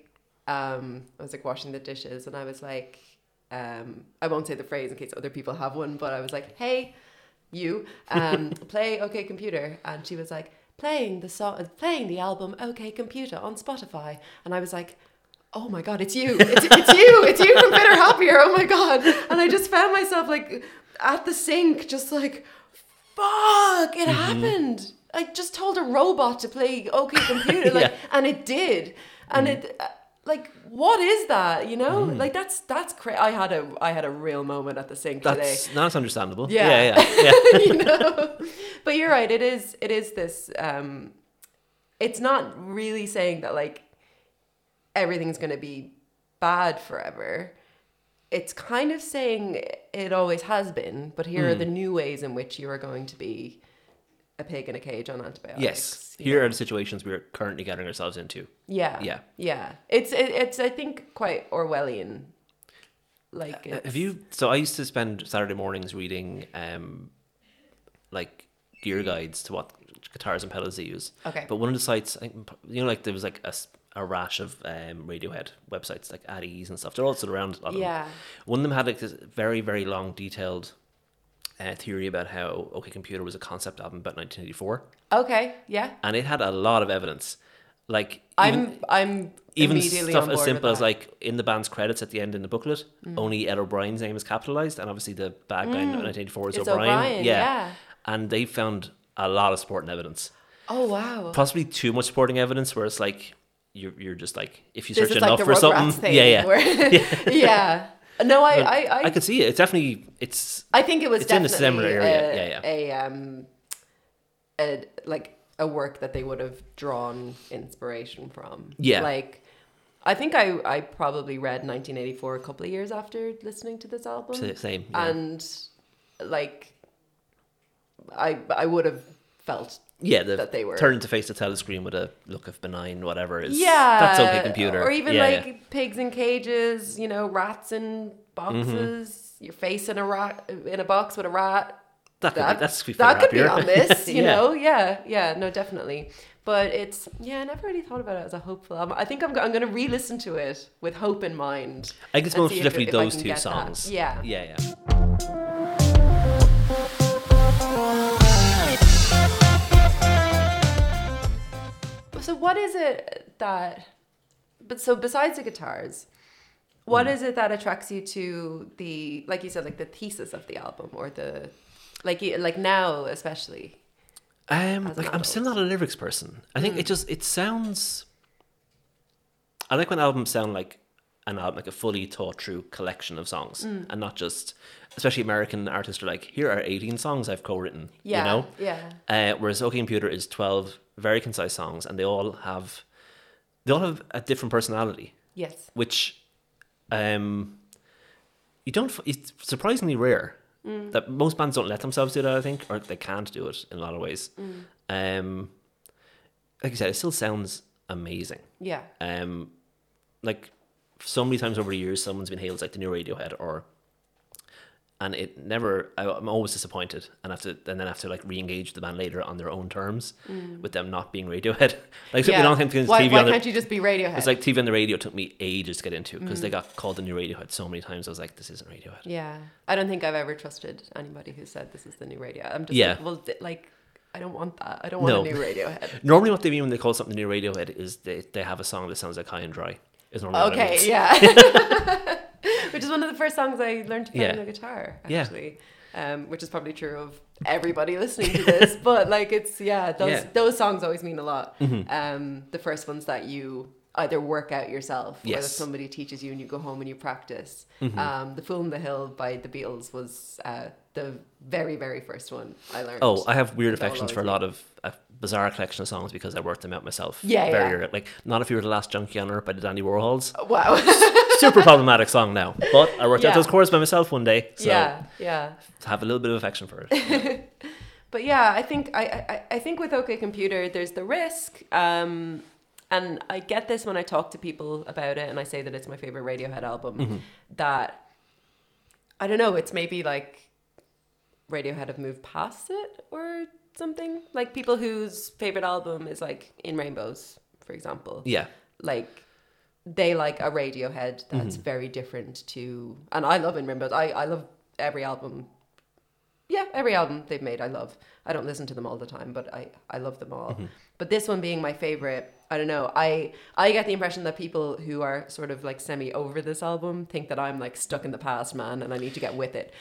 S6: um, I was like washing the dishes, and I was like, um, I won't say the phrase in case other people have one, but I was like, hey. you um,
S3: [laughs]
S6: play OK Computer, and she was like playing the song, playing the album OK Computer on Spotify, and I was like. Oh my god, it's
S3: [laughs]
S6: you. It's, it's you. It's you from Bitter Happier. Oh my god. And I just found myself like at the sink, just like, fuck,
S3: Mm-hmm.
S6: it happened. I just told a robot to play OK Computer,
S3: [laughs] Yeah.
S6: like,
S3: Mm-hmm.
S6: and it did. And it uh, like what is that, you know? Like that's that's cra- I had a I had a real moment at the sink today
S3: That's that's understandable.
S6: Yeah.
S3: yeah, yeah. yeah.
S6: [laughs] you know but you're right it is it is this um it's not really saying that like everything's going to be bad forever it's kind of saying it always has been, but here are
S3: Hmm.
S6: the new ways in which you are going to be a pig in a cage on antibiotics.
S3: Yes.
S6: you
S3: Here
S6: know?
S3: are the situations we are currently getting ourselves into.
S6: Yeah.
S3: Yeah.
S6: Yeah. It's it, it's I think quite Orwellian. Like it's,
S3: Uh, Have you? So I used to spend Saturday mornings reading, um, like gear guides to what guitars and pedals they use.
S6: Okay.
S3: But one of the sites, I think, you know, like there was like a, s- a rash of um, Radiohead websites like At Ease and stuff. They're all still around. A lot of them.
S6: Yeah.
S3: One of them had like this very very long detailed uh, theory about how OK Computer was a concept album about 1984,
S6: Okay, yeah.
S3: and it had a lot of evidence. Like even-
S6: I'm I'm
S3: even
S6: immediately
S3: stuff
S6: on
S3: as
S6: board
S3: simple
S6: with
S3: as
S6: that. Mm.
S3: like in the band's credits at the end in the booklet, only Ed O'Brien's name is capitalized, and obviously the bad guy in 1984 is
S6: It's
S3: O'Brien.
S6: O'Brien,
S3: yeah.
S6: yeah.
S3: and they found a lot of supporting evidence,
S6: Oh wow.
S3: possibly too much supporting evidence, where it's like you're you're just like if you
S6: This
S3: search
S6: is like
S3: enough
S6: the
S3: for
S6: Rugrats
S3: something, [laughs]
S6: thing.
S3: yeah, yeah.
S6: where- [laughs] yeah. No, I
S3: But
S6: I, I,
S3: I could see it. It's definitely it's
S6: I think it was
S3: It's in a
S6: definitely
S3: similar area, yeah, yeah.
S6: a um a like a work that they would have drawn inspiration from.
S3: Yeah.
S6: Like I think I I probably read 1984 a couple of years after listening to this album.
S3: the same. Yeah.
S6: And like I I would have felt
S3: yeah, the,
S6: that they were-
S3: turned to face the telescreen with a look of benign whatever is
S6: yeah,
S3: that's okay computer
S6: or even
S3: Yeah,
S6: like
S3: yeah.
S6: pigs in cages, you know, rats in boxes, your face in a rat in a box with a rat.
S3: that Mm-hmm. could be,
S6: that,
S3: that's we
S6: that
S3: figure
S6: could
S3: out here.
S6: be
S3: [laughs]
S6: on this, you
S3: Yeah.
S6: know? Yeah, yeah, no, definitely. But it's, yeah, I never really thought about it as a hopeful album. I think I'm, go- I'm going to re listen to it with hope in mind.
S3: I guess
S6: and
S3: most
S6: see if-
S3: definitely
S6: if I
S3: those
S6: can
S3: two
S6: get that.
S3: songs.
S6: Yeah.
S3: Yeah, yeah.
S6: So, what is it that, but so besides the guitars, what
S3: Mm.
S6: is it that attracts you to the, like you said, like the thesis of the album or the, like, you- like now especially?
S3: Um,
S6: as an
S3: like I'm still not a lyrics person. I
S6: Mm.
S3: think it just it sounds. I like when albums sound like an album, like a fully thought through collection of songs,
S6: Mm.
S3: and not just, especially American artists are like, here are 18 songs I've co-written.
S6: Yeah.
S3: You know.
S6: Yeah.
S3: Uh, whereas OK Computer is 12 very concise songs, and they all have, they all have a different personality,
S6: Yes.
S3: which, um, you don't. f- It's surprisingly rare
S6: Mm.
S3: that most bands don't let themselves do that. I think, or they can't do it in a lot of ways.
S6: Mm.
S3: Um, like you said, it still sounds amazing.
S6: Yeah.
S3: Um, like so many times over the years, someone's been hailed as like the new Radiohead, or and it never. I, I'm always disappointed, and have to and then have to like re-engage the band later on their own terms, with them not being Radiohead. [laughs] like
S6: Mm. yeah.
S3: yeah. long time to get into
S6: why,
S3: TV
S6: why
S3: on the,
S6: can't you just be Radiohead?
S3: it's like TV on the radio took me ages to get into because they got called the new Radiohead so many times. I was like, this isn't Radiohead.
S6: Yeah, I don't think I've ever trusted anybody who said this is the new radio. I'm just
S3: Yeah.
S6: like, well, th- like I don't want that. I don't want
S3: No.
S6: a new Radiohead.
S3: Normally, what they mean when they call something the new Radiohead is they, they have a song that sounds like High and Dry. Is normally what it
S6: okay,
S3: means.
S6: yeah,
S3: [laughs]
S6: which is one of the first songs I learned to play
S3: Yeah.
S6: on the guitar,
S3: Yeah.
S6: actually. Um, which is probably true of everybody listening
S3: [laughs]
S6: to this, but like it's yeah, those
S3: Yeah. Mm-hmm.
S6: those songs always mean a lot. Um, the first ones that you either work out yourself or that
S3: Yes. Mm-hmm.
S6: somebody teaches you and you go home and you practice. Um, the Fool in the Hill by the Beatles was uh, the very very first one I learned.
S3: Oh, I have weird
S6: Like, I'll
S3: affections for a
S6: always
S3: lot of a bizarre collection of songs because I worked them out myself.
S6: Yeah,
S3: very
S6: yeah.
S3: early. like not if you were the last junkie on earth by the Dandy Warhols. [laughs]
S6: wow. [laughs]
S3: Super problematic song now, but I worked
S6: Yeah.
S3: out those chords by myself one day, so
S6: yeah, yeah.
S3: have a little bit of affection for
S6: [laughs]
S3: it.
S6: But yeah, I think I, I- I, I think with OK Computer, there's the risk, um, and I get this when I talk to people about it, and I say that it's my favorite Radiohead album. That I don't know. It's maybe like Radiohead have moved past it or something. Like people whose favorite album is like In Rainbows, for example.
S3: Yeah,
S6: Like they like a Radiohead that's
S3: Mm-hmm.
S6: very different to, and I love In Rainbows. I I love every album yeah, every album they've made I love. I don't listen to them all the time, but I, I love them all.
S3: Mm-hmm.
S6: But this one being my favorite, I don't know. I I get the impression that people who are sort of like semi over this album think that I'm like stuck in the past, man, and I need to get with it.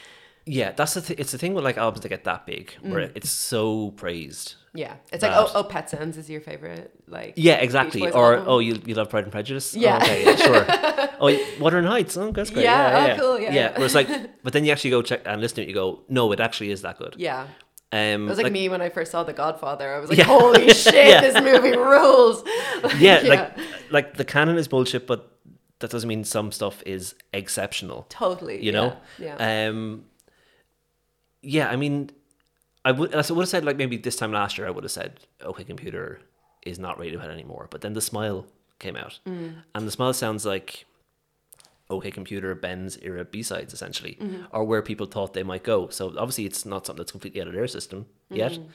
S3: yeah. That's the th- it's the thing with like albums that get that big where
S6: Mm.
S3: it's so praised.
S6: Yeah. It's like,
S3: Right.
S6: oh, oh, Pet Sounds is your favorite. Like
S3: Yeah,
S6: Beach
S3: exactly.
S6: Boys
S3: Or
S6: album.
S3: oh, you, you love Pride and Prejudice? Oh,
S6: Yeah.
S3: okay, yeah, sure.
S6: [laughs]
S3: oh, you- Wuthering Heights. Oh, that's great.
S6: Yeah, oh, cool, yeah.
S3: Yeah, where it's
S6: [laughs]
S3: like, but then you actually go check and listen to it. You go, no, it actually is that good.
S6: yeah.
S3: Um,
S6: It was like, me when I first saw The Godfather. I was like,
S3: Yeah. [laughs]
S6: holy shit,
S3: Yeah.
S6: this movie rules. [laughs]
S3: yeah, like like the canon is bullshit, but that doesn't mean some stuff is exceptional.
S6: Totally.
S3: You know?
S6: Yeah.
S3: Um Yeah, I mean I would I would have said like maybe this time last year I would have said, Okay computer is not Radiohead anymore. But then the smile came out.
S6: Mm.
S3: And the smile sounds like Okay Computer Ben's era B sides essentially,
S6: Mm-hmm.
S3: or where people thought they might go. So obviously it's not something that's completely out of their system yet.
S6: Mm.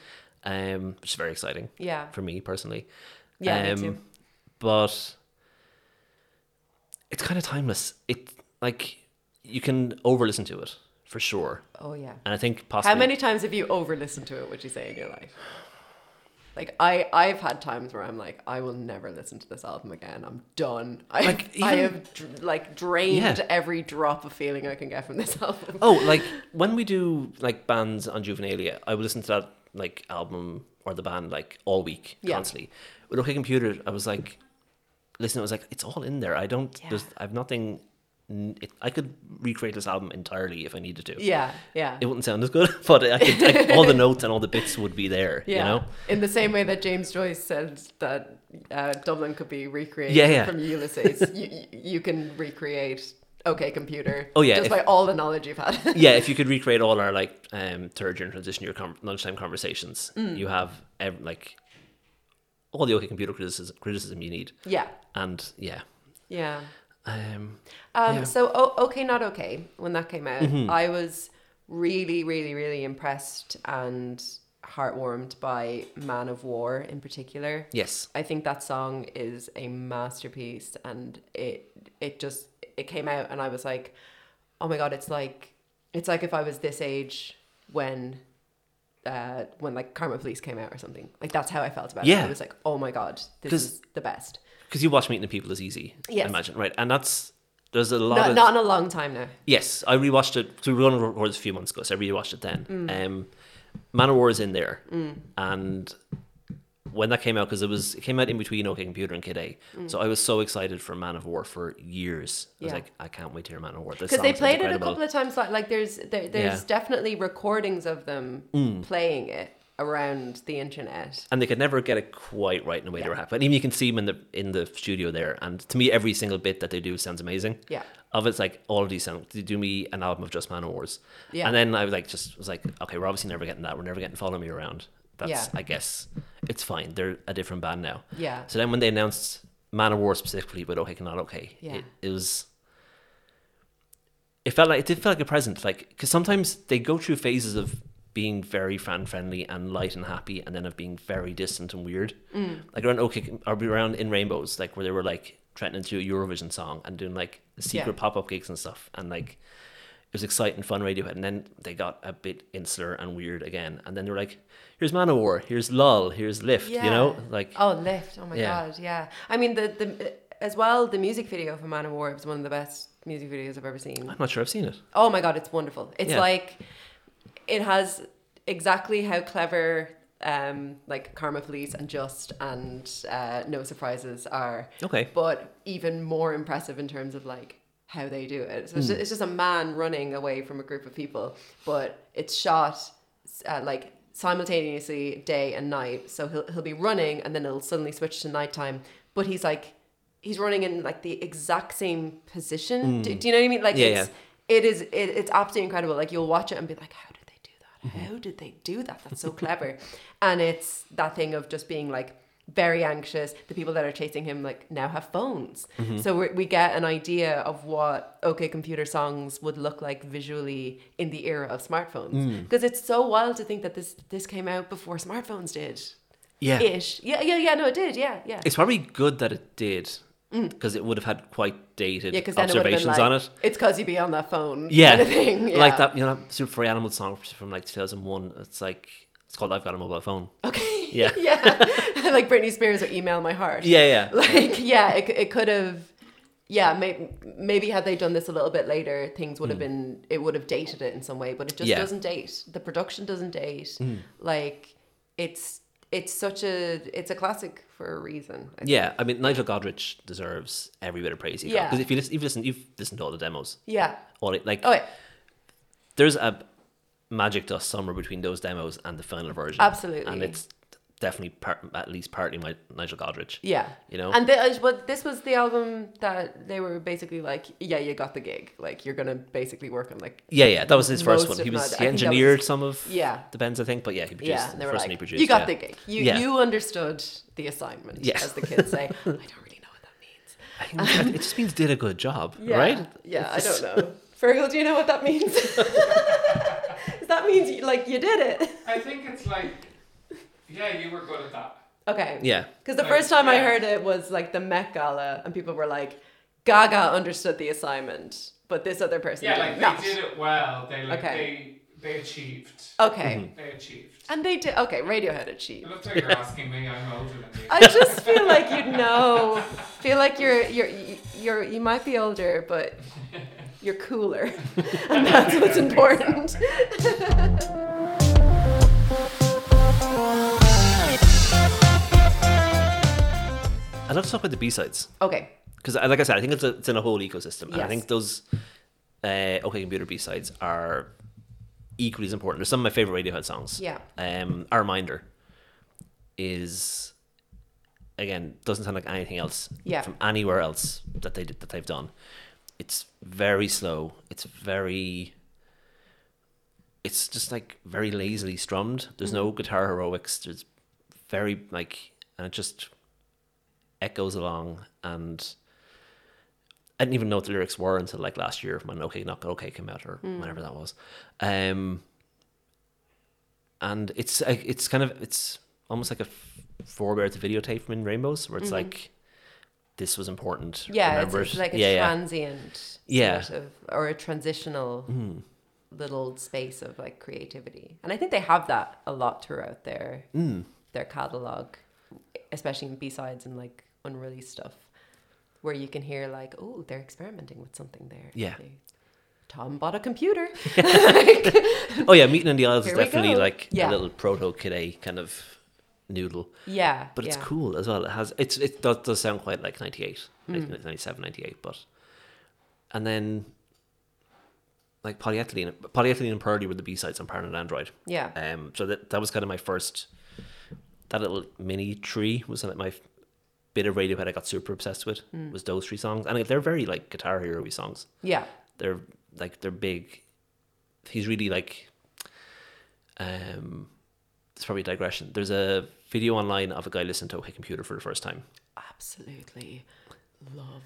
S3: Um, which is very exciting.
S6: Yeah.
S3: For me personally. Um,
S6: Yeah, me too.
S3: But it's kind of timeless. It like you can over listen to it for sure.
S6: oh yeah.
S3: And I think possibly
S6: How many times have you over listened to it, would you say, in your life? Like I, I've had times where I'm like, I will never listen to this album again. I'm done. I,
S3: Like,
S6: I
S3: even-
S6: have dr- like drained
S3: Yeah.
S6: every drop of feeling I can get from this [laughs] album.
S3: [laughs] Oh, like when we do like bands on Juvenalia, I would listen to that like album or the band like all week
S6: Yeah.
S3: constantly. With OK Computer, I was like, listen, I was like, it's all in there. I don't,
S2: Yeah.
S3: there's, I've nothing. n- It, I could recreate this album entirely if I needed to.
S6: Yeah, yeah,
S3: It wouldn't sound as good, [laughs] but I could, like, all the notes and all the bits would be there.
S6: yeah.
S3: You know.
S6: In the same way that James Joyce said that uh, Dublin could be recreated
S3: Yeah, yeah.
S6: from Ulysses,
S3: [laughs]
S6: you, you- you can recreate. Okay, computer.
S3: Oh, yeah,
S6: just
S3: if-
S6: by all the knowledge you've had.
S3: yeah, if you could recreate all our like um, third year and transition year com- lunchtime conversations,
S6: Mm.
S3: you have ev- like all the OK computer criticism, criticism you need,
S6: [laughs] yeah,
S3: and yeah,
S6: yeah.
S3: um,
S6: Um,
S3: Yeah.
S6: So, o okay, not okay. When that came out,
S3: Mm-hmm.
S6: I was really, really, really impressed and heartwarmed by Man of War in particular.
S3: yes,
S6: I think that song is a masterpiece, and it it just it came out, and I was like, oh my god, it's like it's like if I was this age when. Uh, when like Karma Police came out or something, like that's how I felt about it.
S3: Yeah.
S6: I was like, "Oh my god, this
S3: 'Cause-
S6: is the best."
S3: because you watch Meeting the People is easy,
S6: Yes.
S3: I imagine, right? And that's there's a lot
S6: Not,
S3: of
S6: not in a long time now.
S3: yes, I rewatched it. So we were going to record this a few months ago, so I rewatched it then.
S6: Mm.
S3: Um, Man of War is in there, and when that came out, because it was it came out in between OK Computer and Kid A, so I was so excited for Man of War for years. I was
S6: Mm. Yeah.
S3: like, I can't wait to hear Man of War.
S6: because they played it a couple of times like, like there's there, there's
S3: Yeah. Mm.
S6: definitely recordings of them playing it around the internet
S3: and they could never get it quite right in the way they were happy. And even you can see them in the in the studio there. And to me, every single bit that they do sounds amazing.
S6: Yeah.
S3: Of it's like all of these sound. They do me an album of just Man Wars.
S6: Yeah.
S3: And then I was like, just was like, okay, we're obviously never getting that. We're never getting Follow Me Around. That's
S6: Yeah.
S3: I guess it's fine. They're a different band now.
S6: Yeah.
S3: So then when they announced Man War specifically with Okay Not Okay,
S6: Yeah.
S3: it, it was it felt like it did feel like a present like because sometimes they go through phases of being very fan friendly and light and happy and then of being very distant and weird
S6: Mm.
S3: like around okay or around in rainbows like where they were like threatening to do a eurovision song and doing like secret
S6: Yeah.
S3: pop-up gigs and stuff and like it was exciting fun radiohead and then they got a bit insular and weird again and then they were like here's manowar here's lol here's lift you know like
S6: oh lift oh my
S3: Yeah.
S6: god yeah i mean the the as well the music video for man of war was one of the best music videos i've ever seen
S3: i'm not sure i've seen it
S6: oh my god it's wonderful it's
S3: Yeah.
S6: like it has exactly how clever um like karma police and just and uh no surprises are
S3: okay
S6: but even more impressive in terms of like how they do it.
S3: Hmm.
S6: So it's, just, it's just a man running away from a group of people, but it's shot uh, like simultaneously day and night. So he'll he'll be running and then it'll suddenly switch to nighttime, but he's like he's running in like the exact same position.
S3: Hmm.
S6: Do, do you know what I mean? Like
S3: Yeah,
S6: it's it is it, it's absolutely incredible. Like you'll watch it and be like, how did they do that?
S3: Mm-hmm.
S6: How did they do that? That's so clever. [laughs] and it's that thing of just being like very anxious. The people that are chasing him like now have phones,
S3: Mm-hmm.
S6: so we we get an idea of what OK Computer songs would look like visually in the era of smartphones.
S3: Mm.
S6: Because it's so wild to think that this this came out before smartphones did.
S3: yeah
S6: Ish. Yeah, yeah, yeah. No, it did. Yeah, yeah.
S3: It's probably good that it did because it would have had quite dated
S6: Mm. yeah, because then it would have
S3: observations
S6: been like,
S3: on it.
S6: It's because you'd be on that phone.
S3: Yeah.
S6: kind of thing. yeah.
S3: [laughs] like that, you know, that Super Free Animal song from like 2001. It's like it's called "I've Got a Mobile
S6: [laughs]
S3: Phone."
S6: Okay.
S3: Yeah.
S6: yeah. [laughs] like Britney Spears or Email My Heart.
S3: Yeah, yeah,
S6: [laughs] Like, yeah, it, it could have, yeah, may, maybe had they done this a little bit later, things would have been, it would have dated it in some way, but it just
S3: Hmm. Yeah. Hmm.
S6: doesn't date. The production doesn't date. Like, it's, it's such a, it's a classic for a reason. I think.
S3: yeah. I mean, Nigel Godrich deserves every bit of praise. He
S6: Yeah.
S3: because if you listen, you've listened, you've listened to all the demos.
S6: Yeah.
S3: All it, like
S6: Oh, yeah.
S3: there's a magic dust somewhere between those demos and the final version.
S6: Absolutely.
S3: and it's definitely part, at least partly my Nigel Godrich.
S6: Yeah.
S3: You know?
S6: And this, but this was the album that they were basically like, yeah, you got the gig. Like, you're going to basically work on, like,
S3: Yeah, yeah, that was his first
S6: Most
S3: one.
S6: of
S3: He
S6: my- I
S3: was
S6: think
S3: he
S6: that
S3: engineered
S6: was-
S3: some of
S6: Yeah.
S3: the bands, I think, but yeah, he produced
S6: yeah. And
S3: the
S6: they were
S3: first one
S6: like,
S3: he produced.
S6: you got
S3: yeah.
S6: the gig. You,
S3: Yeah.
S6: you understood the assignment,
S3: Yeah.
S6: as the kids
S3: [laughs]
S6: say. I don't really know what that means.
S3: I think it just means did a good job,
S6: [laughs] Yeah.
S3: right?
S6: Yeah, I don't know. Fergal, do you know what that means? [laughs] 'Cause that means, you- like, you did it.
S1: I think it's like, yeah, you were good at that.
S6: Okay.
S3: Yeah.
S6: Because the
S1: Like,
S6: first time I
S1: yeah.
S6: heard it was like the Met Gala, and people were like, Gaga understood the assignment, but this other person
S1: Yeah,
S6: did
S1: like
S6: not.
S1: they did it well. They like
S6: Okay.
S1: they they achieved.
S6: Okay.
S3: Mm-hmm.
S1: They achieved.
S6: And they did. Okay, Radiohead achieved.
S1: It looks like you're asking me. I'm older than you.
S6: I just feel like you know. Feel like you're you're you're you might be older, but you're cooler, [laughs] and that's what's important.
S3: I'd love to talk about the B sides
S6: Okay.
S3: because, like I said, I think it's, a, it's in a whole ecosystem, and I
S6: Yes.
S3: think those uh, OK Computer B sides are equally as important. They're some of my favorite Radiohead songs.
S6: Yeah.
S3: Um, Our Minder is again doesn't sound like anything else
S6: Yeah.
S3: from anywhere else that they did that they've done. It's very slow. It's very it's just like very lazily strummed. There's no
S6: Mm-hmm.
S3: guitar heroics. There's very like and it just echoes along and I didn't even know what the lyrics were until like last year when OK Not OK came out or
S6: Hmm.
S3: whenever that was. Um and it's like it's kind of it's almost like a f- forebear to videotape from in Rainbows where it's like this was important.
S6: Mm-hmm. Yeah, it's,
S3: remember
S6: it's
S3: it.
S6: like a
S3: yeah, yeah.
S6: transient
S3: Yeah. Hmm.
S6: sort of, or a transitional little space of like creativity, and I think they have that a lot throughout their
S3: Hmm.
S6: their catalog, especially in B sides and like unreleased stuff, where you can hear like, oh, they're experimenting with something there.
S3: Yeah.
S6: They- Tom bought a computer.
S3: Oh yeah, Meeting in the Isles is
S6: Here we
S3: definitely
S6: go.
S3: like
S6: Yeah.
S3: a little proto Kid A kind of noodle.
S6: yeah,
S3: but it's
S6: yeah.
S3: cool as well. It has it's it does, does sound quite like 98, 97, 98, but and then like polyethylene, polyethylene and Purdy were the B sides on Paranoid Android.
S6: Yeah.
S3: Um, so that that was kind of my first that little mini tree was like my bit of Radiohead I got super obsessed with was those three songs, and like, they're very like guitar hero songs
S6: Yeah,
S3: they're like they're big. He's really like um it's probably a digression. There's a video online of a guy listening to OK Computer for the first time.
S6: absolutely. Love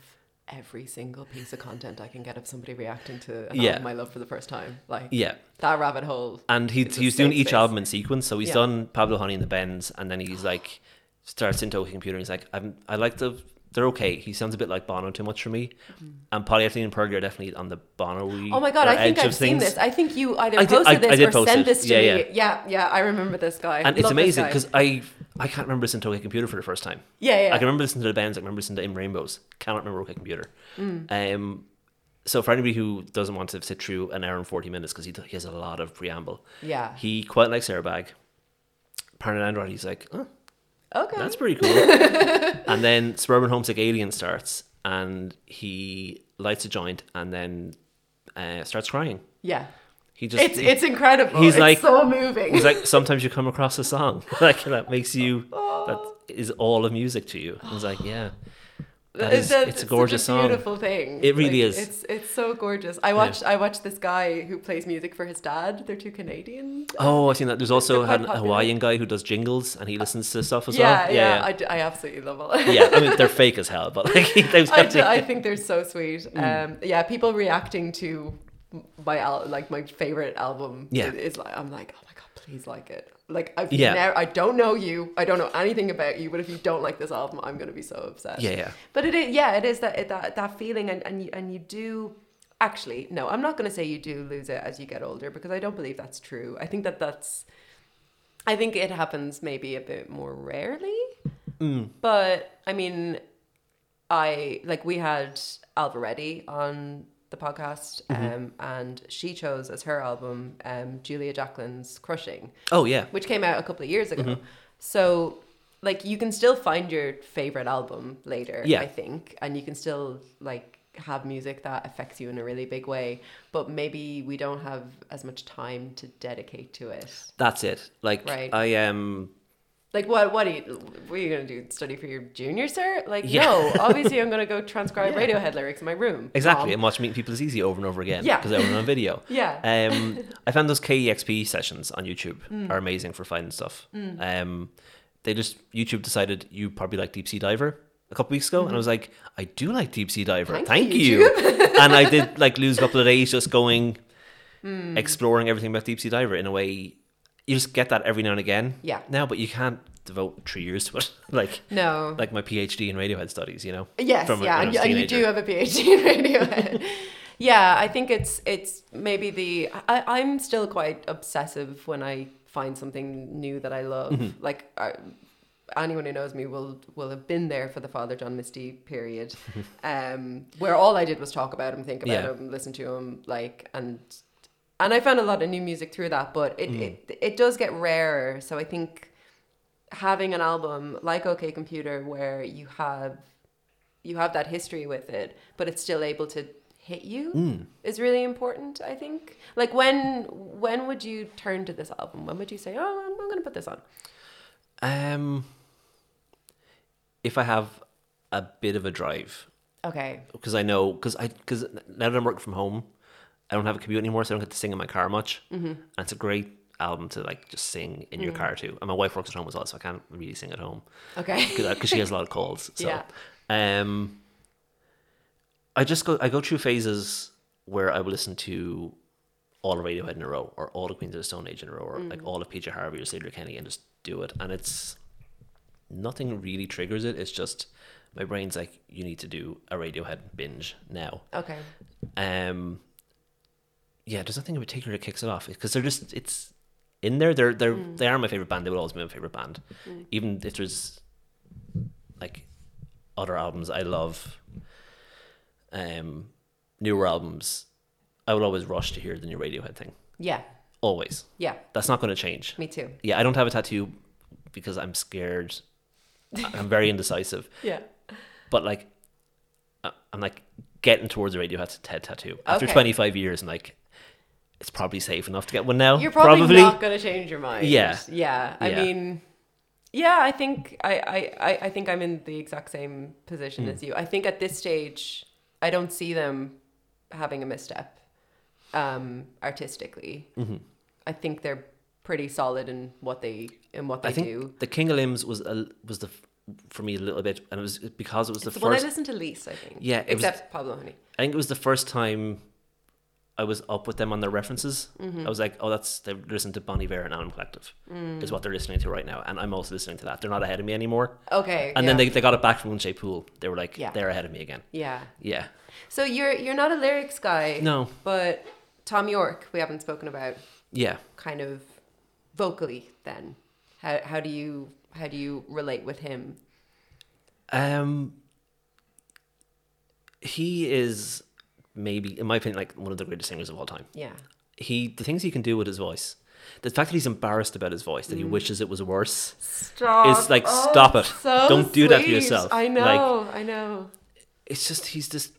S6: every single piece of content I can get of somebody reacting to an
S3: Yeah.
S6: album I love for the first time. Like
S3: Yeah.
S6: that rabbit hole.
S3: And he,
S6: It's a
S3: he's doing
S6: safe
S3: each
S6: space.
S3: album in sequence. So he's
S6: Yeah.
S3: done Pablo Honey and the Bends and then he's like starts into OK Computer and he's like, I'm I like the they're okay. He sounds a bit like Bono too much for me. And Polyethylene and Purdy are definitely on the Bono
S6: Mm-hmm. Oh my god, I think I've seen this. I think you either
S3: I did-
S6: posted
S3: I- I
S6: this
S3: did
S6: or
S3: post
S6: sent
S3: it.
S6: this to
S3: Yeah,
S6: me. Yeah. yeah, I remember this guy.
S3: And it's
S6: Love this
S3: amazing
S6: guy.
S3: because I I can't remember listening to OK Computer for the first time.
S6: yeah, yeah,
S3: I can remember listening to the bands. I can remember listening to In Rainbows. Cannot remember OK Computer.
S6: Mm.
S3: Um, so for anybody who doesn't want to sit through an hour and forty minutes because he, he has a lot of preamble,
S6: yeah.
S3: he quite likes Airbag. Paranoid Android, he's like, oh,
S6: Okay,
S3: that's pretty
S6: [laughs]
S3: cool. and then Suburban Homesick Alien starts, and he lights a joint, and then uh, starts crying.
S6: yeah.
S3: He just
S6: It's it's incredible.
S3: He's
S6: it's
S3: like-
S6: so moving.
S3: He's like, sometimes you come across a song [laughs] like that makes you
S6: Oh.
S3: that is all of music to you. And he's like, yeah, that
S6: [laughs]
S3: is,
S6: a-
S3: it's a
S6: such
S3: gorgeous song.
S6: Beautiful thing.
S3: It really is.
S6: It's it's so gorgeous. I watched I watched this guy who plays music for his dad. They're two Canadian.
S3: Oh, I've seen that. There's also
S6: quite
S3: an, a
S6: popular. Uh,
S3: Hawaiian guy who does jingles and he listens to stuff as
S6: yeah,
S3: well.
S6: yeah,
S3: yeah. [laughs]
S6: I d I I, absolutely love all.
S3: yeah. I mean, they're fake as hell, but like [laughs] Mm. they've
S6: [laughs] I, d- I think they're so sweet. Um, yeah, people reacting to my al- like my favorite album.
S3: Yeah.
S6: i- is like I'm like oh my god, please like it. Like I've
S3: Yeah.
S6: never, I don't know you. I don't know anything about you. But if you don't like this album, I'm gonna be so upset.
S3: Yeah, yeah.
S6: But it is yeah, it is that it, that that feeling and and you, and you do. Actually, no, I'm not going to say you do lose it as you get older because I don't believe that's true. I think that that's, I think it happens maybe a bit more rarely.
S3: Mm.
S6: But I mean, I like we had Alvaretti on the podcast,
S3: Mm-hmm.
S6: um, and she chose as her album um, Julia Jacquelin's "Crushing,"
S3: oh yeah,
S6: which came out a couple of years ago.
S3: Mm-hmm.
S6: So, like, you can still find your favorite album later,
S3: Yeah.
S6: I think, and you can still like have music that affects you in a really big way. But maybe we don't have as much time to dedicate to it.
S3: that's it. Like
S6: Right.
S3: I um,
S6: Like what? What are you? What are you gonna do? Study for your junior, sir? Like
S3: Yeah.
S6: no.
S3: [laughs]
S6: Obviously, I'm gonna go transcribe Radiohead lyrics in my room. Um,
S3: Exactly,
S6: Mom.
S3: and watch Meeting People is easy over and over again.
S6: Yeah.
S3: because I run on video.
S6: [laughs] Yeah. Hmm.
S3: Um, I found those KEXP sessions on YouTube are amazing for finding stuff. Um, they just YouTube decided you probably like Deep Sea Diver a couple weeks ago, and I was like, I do like Deep Sea Diver.
S6: Hmm. Thank
S3: Thank,
S6: you,
S3: you. [laughs] and I did like lose a couple of days just going
S6: Hmm.
S3: exploring everything about Deep Sea Diver in a way. You just get that every now and again.
S6: Yeah.
S3: Now, but you can't devote three years to it. [laughs] like.
S6: No.
S3: Like my PhD in Radiohead studies, you know.
S6: Yes,
S3: From when
S6: yeah,
S3: I
S6: and,
S3: was a
S6: and you
S3: teenager.
S6: do have a PhD [laughs] in Radiohead. yeah, I think it's it's maybe the I, I'm still quite obsessive when I find something new that I love.
S3: Mm-hmm.
S6: Like I, anyone who knows me will will have been there for the Father John Misty period, um, where all I did was talk about him, think about
S3: Yeah.
S6: him, listen to him, like and and I found a lot of new music through that. But it it, it does get rarer, so I think having an album like OK Computer where you have you have that history with it, but it's still able to hit you is really important. I think. Like when when would you turn to this album? When would you say, "Oh, I'm, I'm going to put this on"?
S3: Um, if I have a bit of a drive,
S6: Okay.
S3: because I know, because I because now that I'm working from home, I don't have a commute anymore, so I don't get to sing in my car much. Mm-hmm. And it's a great album to like just sing in your car to. And my wife works at home as well, so I can't really sing at home
S6: Okay.
S3: because she has a lot of colds. So,
S6: Yeah.
S3: um, I just go I go through phases where I will listen to all of Radiohead in a row, or all of Queens of the Stone Age in a row, or like all of PJ Harvey or Slater Kenny, and just do it. And it's nothing really triggers it. It's just my brain's like, you need to do a Radiohead binge now.
S6: okay.
S3: Um, yeah, there's nothing in particular that kicks it off because they're just it's in there. They're they're they are my favorite band. They will always be my favorite band, even if there's like other albums I love. Um, newer albums, I would always rush to hear the new Radiohead thing.
S6: Yeah.
S3: Always,
S6: Yeah.
S3: that's not going to change.
S6: Me too.
S3: Yeah, I don't have a tattoo because I'm scared. I- I'm very indecisive,
S6: Yeah.
S3: but like I- I'm like getting towards a Radiohead head tattoo after
S6: Okay.
S3: 25 years. and like, it's probably safe enough to get one now.
S6: You're probably, not going to change your mind.
S3: Yeah.
S6: Yeah. I
S3: Yeah.
S6: mean, yeah, I think I, I, I- I think I'm in the exact same position
S3: Hmm.
S6: as you. I think at this stage, I don't see them having a misstep um, artistically.
S3: Mm-hmm.
S6: I think they're pretty solid in what they in what they
S3: I think
S6: do.
S3: the King of Limbs was a, was the f- for me a little bit, and it was because it was the
S6: It's the one I
S3: first.
S6: listened to least, I think.
S3: Yeah, it was-
S6: Except Pablo Honey.
S3: I think it was the first time I was up with them on their references.
S6: Mm-hmm.
S3: I was like, oh, that's they listen to Bonnie Iver and Animal Collective
S6: Mm.
S3: is what they're listening to right now, and I'm also listening to that. They're not ahead of me anymore.
S6: Okay.
S3: And
S6: yeah.
S3: then they, they got it back from Unche Pool. They were like,
S6: Yeah.
S3: they're ahead of me again.
S6: Yeah.
S3: Yeah.
S6: So you're you're not a lyrics guy.
S3: No.
S6: But Tom York, we haven't spoken about.
S3: Yeah.
S6: kind of vocally then how, how do you how do you relate with him
S3: Um, he is maybe, in my opinion, like one of the greatest singers of all time.
S6: yeah
S3: He the things he can do with his voice, the fact that he's embarrassed about his voice, that he wishes it was worse.
S6: stop Oh,
S3: It's like, stop it. Don't do that to yourself.
S6: i
S3: Like-
S6: know i know
S3: It's just he's this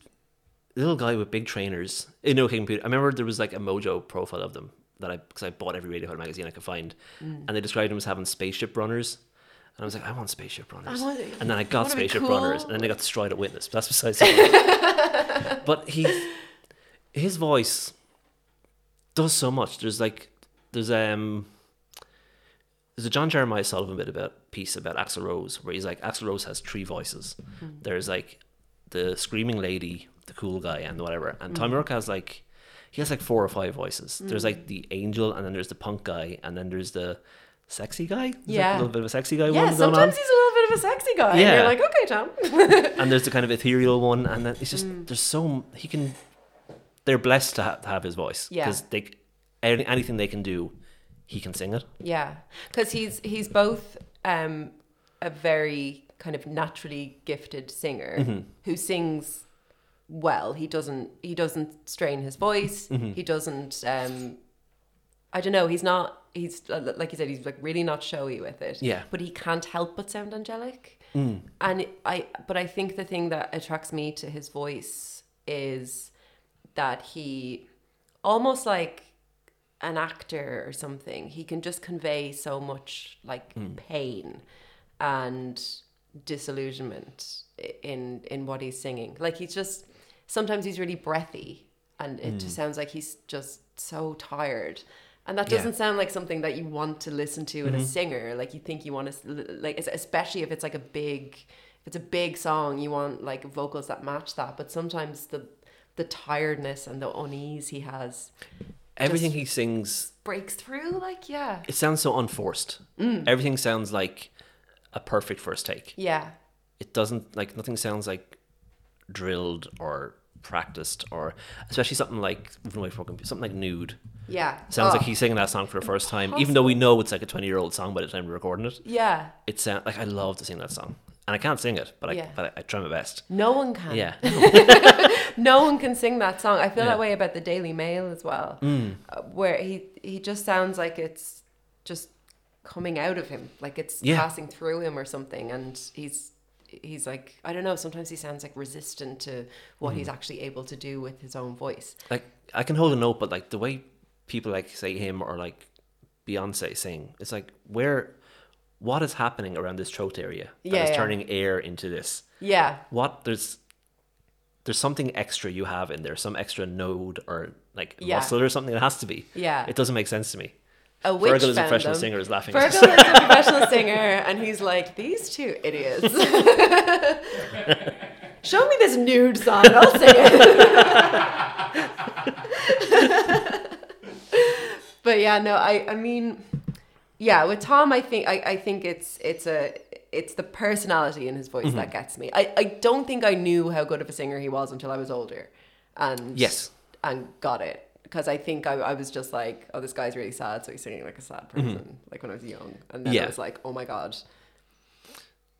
S3: little guy with big trainers. You know, computer. I remember there was like a Mojo profile of them that I because I bought every Radiohead magazine I could find,
S6: Mm.
S3: and they described him as having spaceship runners. And I was like, I want spaceship runners.
S6: want-
S3: and then I got
S6: wanna be
S3: spaceship
S6: cool.
S3: runners, and then I got destroyed at Witness. But that's
S6: [laughs]
S3: besides. the point. but he, his voice, does so much. There's like, there's um, there's a John Jeremiah Sullivan bit about piece about Axl Rose where he's like, Axl Rose has three voices.
S6: Mm-hmm.
S3: There's like, the screaming lady, the cool guy, and whatever. And
S6: Mm-hmm.
S3: Tom York has like, he has like four or five voices. There's like the
S6: Mm-hmm.
S3: angel, and then there's the punk guy, and then there's the sexy guy. There's, like,
S6: Yeah.
S3: a little bit of a sexy guy. one
S6: yeah
S3: going on
S6: sometimes he's a little bit of a sexy guy and
S3: Yeah.
S6: you're like okay tom
S3: and there's the kind of ethereal one, and then it's just there's so m- he can. They're blessed to, ha- to have his voice
S6: Yeah.
S3: because they any, anything they can do, he can sing it.
S6: yeah because he's he's both um a very kind of naturally gifted singer who sings well he doesn't he doesn't strain his voice he doesn't um i don't know he's not he's like you said he's like really not showy with it
S3: Yeah.
S6: but he can't help but sound angelic and i but i think the thing that attracts me to his voice is that he almost like an actor or something, he can just convey so much like pain and disillusionment i- in in what he's singing. Like he's just sometimes he's really breathy and it just sounds like he's just so tired. And that
S3: Yeah.
S6: doesn't sound like something that you want to listen to in a singer. Like you think you want to like es- especially if it's like a big if it's a big song, you want like vocals that match that, but sometimes the the tiredness and the unease he has
S3: Everything he sings,
S6: breaks through like yeah.
S3: it sounds so unforced. Everything sounds like a perfect first take.
S6: Yeah.
S3: It doesn't like nothing sounds like drilled or practiced or especially something like even away from computer, something like nude.
S6: Yeah.
S3: Sounds
S6: Oh,
S3: like he's singing that song for the first time, even though we know it's like a twenty-year-old song by the time we're recording it.
S6: Yeah.
S3: It sounds like I love to sing that song, and I can't sing it, but I
S6: Yeah.
S3: but I, I try my best.
S6: No one can.
S3: Yeah, [laughs]
S6: No one can sing that song. I feel
S3: Yeah. Mm.
S6: that way about the Daily Mail as well, uh, where he he just sounds like it's just coming out of him, like it's
S3: Yeah.
S6: passing through him or something, and he's he's like I don't know. Sometimes he sounds like resistant to
S3: Mm.
S6: what he's actually able to do with his own voice.
S3: like I can hold a note, but like the way people like say him or like Beyonce sing, it's like where what is happening around this throat area that is
S6: Yeah, yeah.
S3: turning air into this?
S6: Yeah,
S3: What there's there's something extra you have in there, some extra node or like
S6: Yeah.
S3: muscle or something. It has to be.
S6: Yeah.
S3: it doesn't make sense to me.
S6: a witch
S3: Fergal is a
S6: found
S3: professional
S6: them.
S3: singer is laughing. at
S6: Fergal is a professional singer, and he's like, these two idiots. [laughs] Show me this nude song, and I'll sing it. [laughs] but yeah, no, I, I mean, yeah, with Tom, I think, I, I think it's, it's a, it's the personality in his voice
S3: Mm-hmm.
S6: that gets me. I, I don't think I knew how good of a singer he was until I was older, and
S3: Yes.
S6: and got it because I think I, I was just like, oh, this guy's really sad, so he's singing like a sad person, like when I was young, and then
S3: Mm-hmm. Yeah.
S6: I was like, oh my god,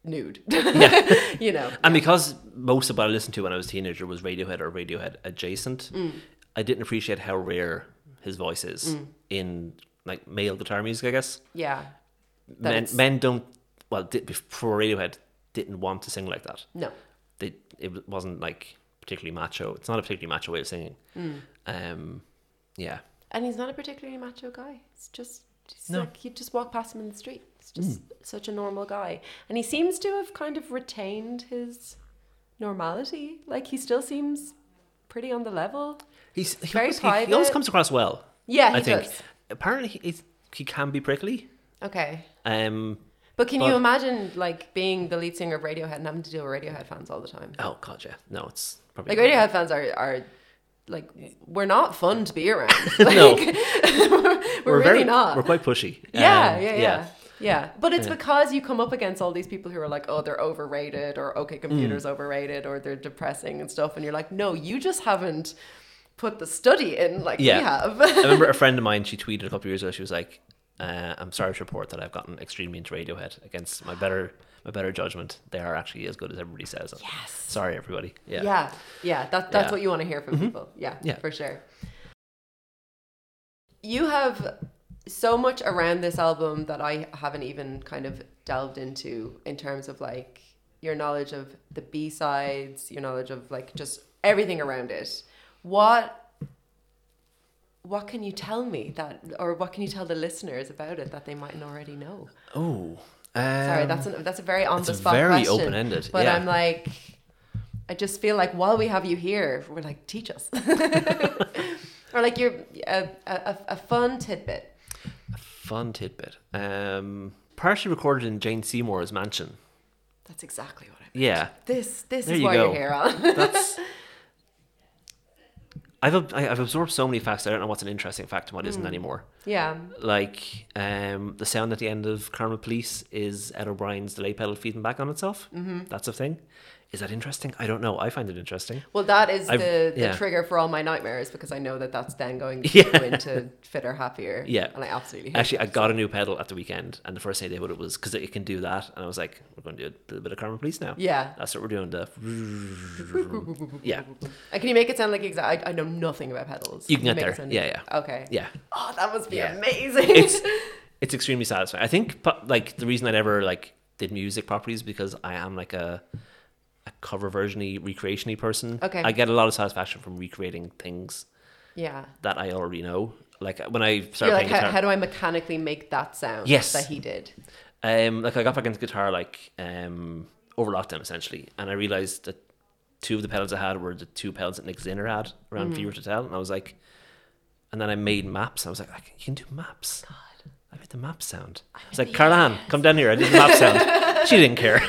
S6: nude, [laughs]
S3: Yeah. Um, [laughs]
S6: you know,
S3: And because most of what I listened to when I was a teenager was Radiohead or Radiohead adjacent,
S6: Mm.
S3: I didn't appreciate how rare his voice is in like male guitar music. I guess
S6: yeah, That
S3: men
S6: it's-
S3: men don't well did, before Radiohead didn't want to sing like that.
S6: no,
S3: They it wasn't like particularly macho. It's not a particularly macho way of singing.
S6: Mm.
S3: Um, yeah,
S6: and he's not a particularly macho guy. It's just, it's
S3: No. Mm.
S6: like you just walk past him in the street. It's just such a normal guy, and he seems to have kind of retained his normality. Like he still seems pretty on the level.
S3: he's he,
S6: Very
S3: always, he, he always
S6: private.
S3: comes across well.
S6: Yeah, he
S3: I think
S6: does.
S3: apparently he, he's- he can be prickly.
S6: Okay.
S3: Um,
S6: But can
S3: But-
S6: you imagine like being the lead singer of Radiohead and having to deal with Radiohead fans all the time?
S3: oh god, yeah, no, it's probably
S6: Like Radiohead fans are are like we're not fun to be around.
S3: [laughs]
S6: Like, [laughs]
S3: No.
S6: we're, really
S3: very,
S6: not.
S3: We're quite pushy.
S6: [laughs] yeah,
S3: Um,
S6: yeah, yeah, yeah. but it's because you come up against all these people who are like, oh, they're overrated, or okay,
S3: Mm.
S6: computers overrated, or they're depressing and stuff, and you're like, no, you just haven't put the study in like
S3: Yeah.
S6: we have.
S3: I remember a friend of mine. She tweeted a couple of years ago. She was like, uh, "I'm sorry to report that I've gotten extremely into Radiohead against my better my better judgment. They are actually as good as everybody says. Yes. Sorry, everybody. Yeah.
S6: yeah, yeah, That, that's
S3: Yeah. Mm-hmm.
S6: what you want to hear from people. Yeah,
S3: Yeah.
S6: for sure. You have so much around this album that I haven't even kind of delved into in terms of like your knowledge of the B sides, your knowledge of like just everything around it. What what can you tell me that, or what can you tell the listeners about it that they mightn't already know?
S3: Oh.
S6: Sorry,
S3: um,
S6: that's an, that's a very on the
S3: a
S6: spot
S3: very
S6: question,
S3: open-ended,
S6: But
S3: yeah.
S6: I'm like, I just feel like while we have you here, we're like teach us, [laughs] or like you're a, a, a fun tidbit.
S3: fun tidbit. Um, partially recorded in Jane Seymour's mansion.
S6: That's exactly what I.
S3: Yeah.
S6: This this
S3: There
S6: is
S3: you
S6: why
S3: go.
S6: you're here, Alan. [laughs]
S3: That's. I've ab- I- I've absorbed so many facts. I don't know what's an interesting fact and what
S6: Hmm.
S3: isn't anymore.
S6: yeah,
S3: like um, the sound at the end of Carmel Police is Ed O'Brien's delay pedal feeding back on itself. Mm-hmm. That's a thing. Is that interesting? I don't know. I find it interesting.
S6: well, that is
S3: I've-
S6: the, the
S3: yeah.
S6: trigger for all my nightmares because I know that that's then going to
S3: Yeah.
S6: go into fitter, happier.
S3: Yeah.
S6: and I absolutely hate
S3: Actually, I got a new pedal at the weekend, and the first thing they put it was because it can do that, and I was like, "We're going to do a little bit of Carmel Police now."
S6: Yeah.
S3: that's what we're doing. The yeah,
S6: it. Uh, Can you make it sound like exact? I, I know nothing about pedals.
S3: You can get
S6: Make it
S3: there.
S6: sound-
S3: Yeah,
S6: Okay.
S3: yeah.
S6: Oh, that must be
S3: Yeah.
S6: amazing.
S3: It's it's extremely satisfying. I think po- like the reason I never like did music properly is because I am like a a cover versiony recreationy person.
S6: Okay.
S3: I get a lot of satisfaction from recreating things.
S6: [laughs] Yeah.
S3: that I already know. Like when I started
S6: You're like,
S3: playing
S6: how,
S3: guitar,
S6: how do I mechanically make that sound
S3: Yes.
S6: that he did?
S3: um, like I got back into guitar like um over lockdown essentially, and I realized that two of the pedals I had were the two pedals that Nick Zinner had
S6: Mm-hmm.
S3: around Fever to Tell, and I was like, and then I made maps. I was like, I can, you can do maps. God. I made the map sound. I was like, Carl Ann, come down here. I did the map
S6: [laughs]
S3: sound. she didn't care.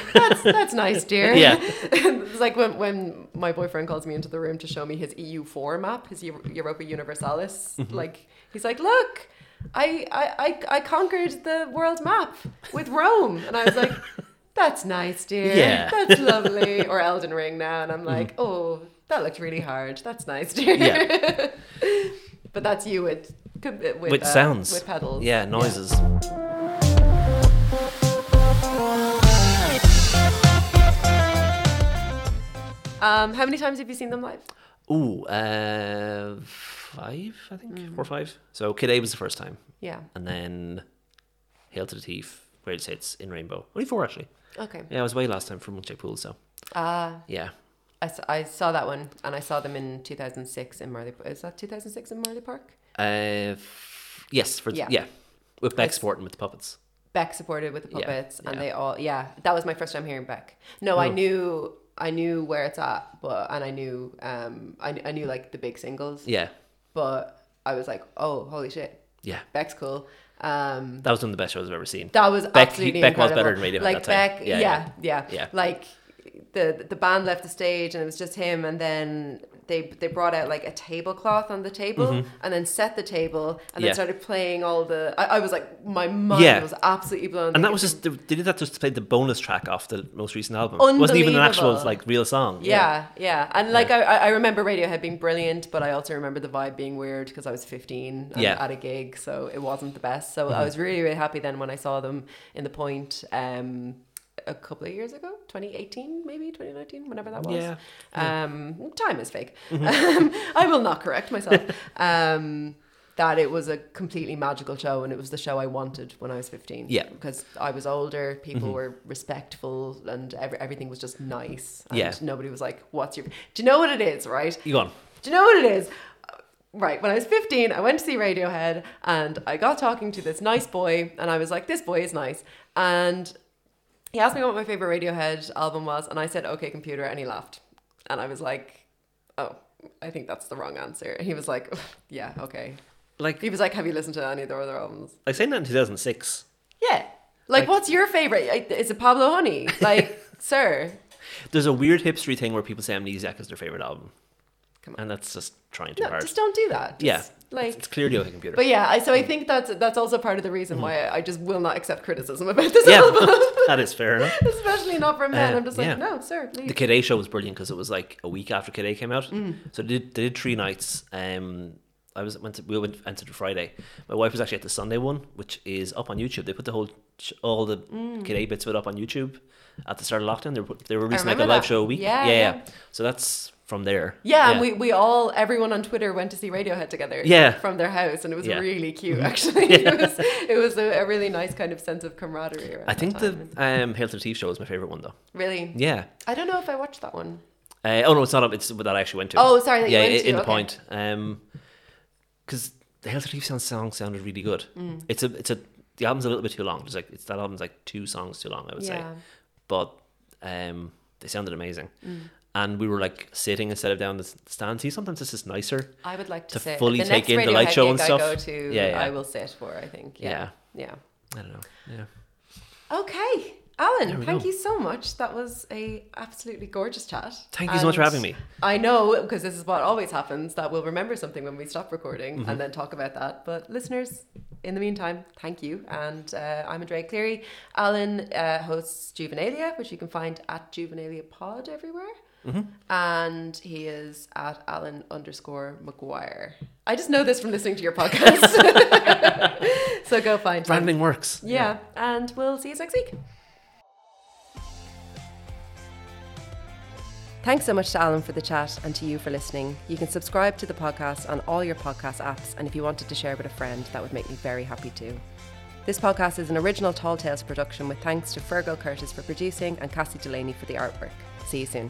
S6: That's nice, dear.
S3: [laughs] Yeah.
S6: [laughs] it's like when, when my boyfriend calls me into the room to show me his EU4 map, his Eu- Europa Universalis.
S3: Mm-hmm.
S6: Like, he's like, look, I, I, I, I conquered the world map with Rome. And I was
S3: [laughs]
S6: like, that's nice, dear.
S3: Yeah. Mm-hmm. [laughs]
S6: That's lovely. Or Elden Ring now. And I'm like, oh, that looked really hard. That's nice, dear. [laughs]
S3: Yeah.
S6: but that's you with, with,
S3: with
S6: uh,
S3: sounds,
S6: With pedals.
S3: yeah, noises.
S6: Um, how many times have you seen them live?
S3: Ooh, uh, five, I think,
S6: Mm.
S3: four or five. So Kid A was the first time,
S6: Yeah.
S3: and then Hail to the Thief, Greatest Hits in Rainbow. Only four actually.
S6: Okay.
S3: Yeah, I was away last time from Munchak Pool, so
S6: Uh,
S3: yeah,
S6: I, s- I saw that one and I saw them in 2006 in Marley Is that 2006 in Marley Park?
S3: uh, f- yes, for
S6: Yeah.
S3: yeah, yeah. with Beck
S6: It's-
S3: Sporting with the puppets.
S6: Beck supported with the
S3: Yeah,
S6: puppets and
S3: yeah.
S6: they all yeah that was my first time hearing Beck. No, I knew I knew where it's at but and I knew um I, I knew like the big singles
S3: Yeah,
S6: but I was like oh holy shit
S3: yeah,
S6: Beck's cool. Um
S3: that was one of the best shows I've ever seen.
S6: That was
S3: Beck-
S6: absolutely
S3: Beck was
S6: incredible.
S3: better than Radiohead at
S6: Like
S3: that time.
S6: Beck,
S3: Yeah,
S6: yeah,
S3: yeah.
S6: yeah,
S3: Yeah.
S6: Like the the band left the stage and it was just him, and then they they brought out like a tablecloth on the table and then set the table and
S3: Mm-hmm. Yeah.
S6: then started playing all the. I, I was like, my mind
S3: Yeah.
S6: was absolutely blown.
S3: and
S6: Like,
S3: that was
S6: it's-
S3: just they they did that just to play the bonus track off the most recent album. It wasn't even an actual
S6: Unbelievable.
S3: like real song.
S6: Yeah, yeah, and like I, I I remember Radiohead being brilliant, but I also remember the vibe being weird because I was fifteen and
S3: Yeah. Mm-hmm.
S6: at a gig, so it wasn't the best. So I was really, really happy then when I saw them in the Point um, a couple of years ago, twenty eighteen, maybe twenty nineteen, whenever that was.
S3: Yeah, Mm-hmm.
S6: Um, time is fake. Um,
S3: [laughs]
S6: I will not correct myself. um, that it was a completely magical show, and it was the show I wanted when I was fifteen.
S3: Yeah. Mm-hmm.
S6: because I was older, people were respectful, and every, everything was just nice. And
S3: Yeah.
S6: nobody was like, "What's your?" Do you know what it is, right?
S3: You go on.
S6: Do you know what it is? Uh, Right, when I was 15, I went to see Radiohead and I got talking to this nice boy, and I was like, this boy is nice. And he asked me what my favorite Radiohead album was, and I said, okay, computer, and he laughed. And I was like, oh, I think that's the wrong answer. And he was like, [laughs] yeah, okay.
S3: Like
S6: He was like, have you listened to any of their other albums?
S3: like saying that in two thousand six.
S6: Yeah. Like, what's your favorite? I- Is it Pablo
S3: [laughs]
S6: Honey? Like, sir.
S3: There's a weird hipstery thing where people say Amnesiac is their favorite album.
S6: Come
S3: And that's just trying too
S6: No,
S3: hard.
S6: just don't do that.
S3: yeah.
S6: Just, Like,
S3: it's clearly on a computer.
S6: But yeah, I, so
S3: Mm.
S6: I think that's that's also part of the reason why I just will not accept criticism about this
S3: Mm-hmm.
S6: [laughs]
S3: yeah,
S6: album,
S3: that is fair enough.
S6: especially not from men.
S3: Uh,
S6: I'm just like,
S3: yeah.
S6: no, sir, leave.
S3: The Kid A show was brilliant because it was like a week after Kid A came out.
S6: Mm.
S3: So they did, they did three nights. Um, I was went to, we went went to the Friday. My wife was actually at the Sunday one, which is up on YouTube. They put the whole sh- all the
S6: Mm.
S3: Kid A bits of it up on YouTube at the start of lockdown. They were put- they were releasing like a
S6: remember
S3: live
S6: that.
S3: show a week.
S6: Yeah,
S3: yeah,
S6: yeah.
S3: So that's from there.
S6: yeah, and we, we all everyone on Twitter went to see Radiohead together.
S3: Yeah.
S6: from their house, and it was
S3: Yeah. Mm-hmm.
S6: really cute. Actually, [laughs] it was it was a, a really nice kind of sense of camaraderie. around
S3: I
S6: that
S3: think the
S6: time.
S3: um, Hail to the Thief show is my favorite one though.
S6: really,
S3: Yeah.
S6: I don't know if I watched that one.
S3: Uh, oh no, it's not. up- It's that I actually went to.
S6: Oh, sorry, that you
S3: yeah,
S6: went
S3: i-
S6: to,
S3: in the
S6: okay.
S3: point. Um, because the Hail to the Thief sound song sounded really good.
S6: Mm.
S3: It's a, it's a. The album's a little bit too long. It's like it's that album's like two songs too long. I would
S6: Yeah.
S3: say, but um, they sounded amazing.
S6: Mm.
S3: And we were like sitting instead of down the s- stands. See, sometimes this is nicer.
S6: I would like to,
S3: To
S6: sit.
S3: fully
S6: the
S3: take
S6: next
S3: in the light
S6: Radiohead
S3: show and
S6: gig
S3: stuff.
S6: I go to,
S3: Yeah, yeah.
S6: I will sit for. I think. Yeah, yeah.
S3: I don't know. Yeah.
S6: Okay, Alan,
S3: we
S6: thank
S3: go.
S6: you so much. That was a absolutely gorgeous chat.
S3: Thank you so much for
S6: And
S3: having me.
S6: I know because this is what always happens that we'll remember something when we stop recording
S3: Mm-hmm.
S6: and then talk about that. But listeners, in the meantime, thank you. And uh, I'm Andrea Cleary. Alan uh, hosts Juvenalia, which you can find at Juvenalia Pod everywhere.
S3: Mm-hmm.
S6: And he is at Alan underscore McGuire. I just know this from listening to your podcast. [laughs] so go find him.
S3: Branding works.
S6: Yeah, and we'll see you next week. Thanks so much to Alan for the chat and to you for listening. You can subscribe to the podcast on all your podcast apps, and if you wanted to share with a friend, that would make me very happy too. This podcast is an original Tall Tales production with thanks to Fergal Curtis for producing and Cassie Delaney for the artwork. See you soon.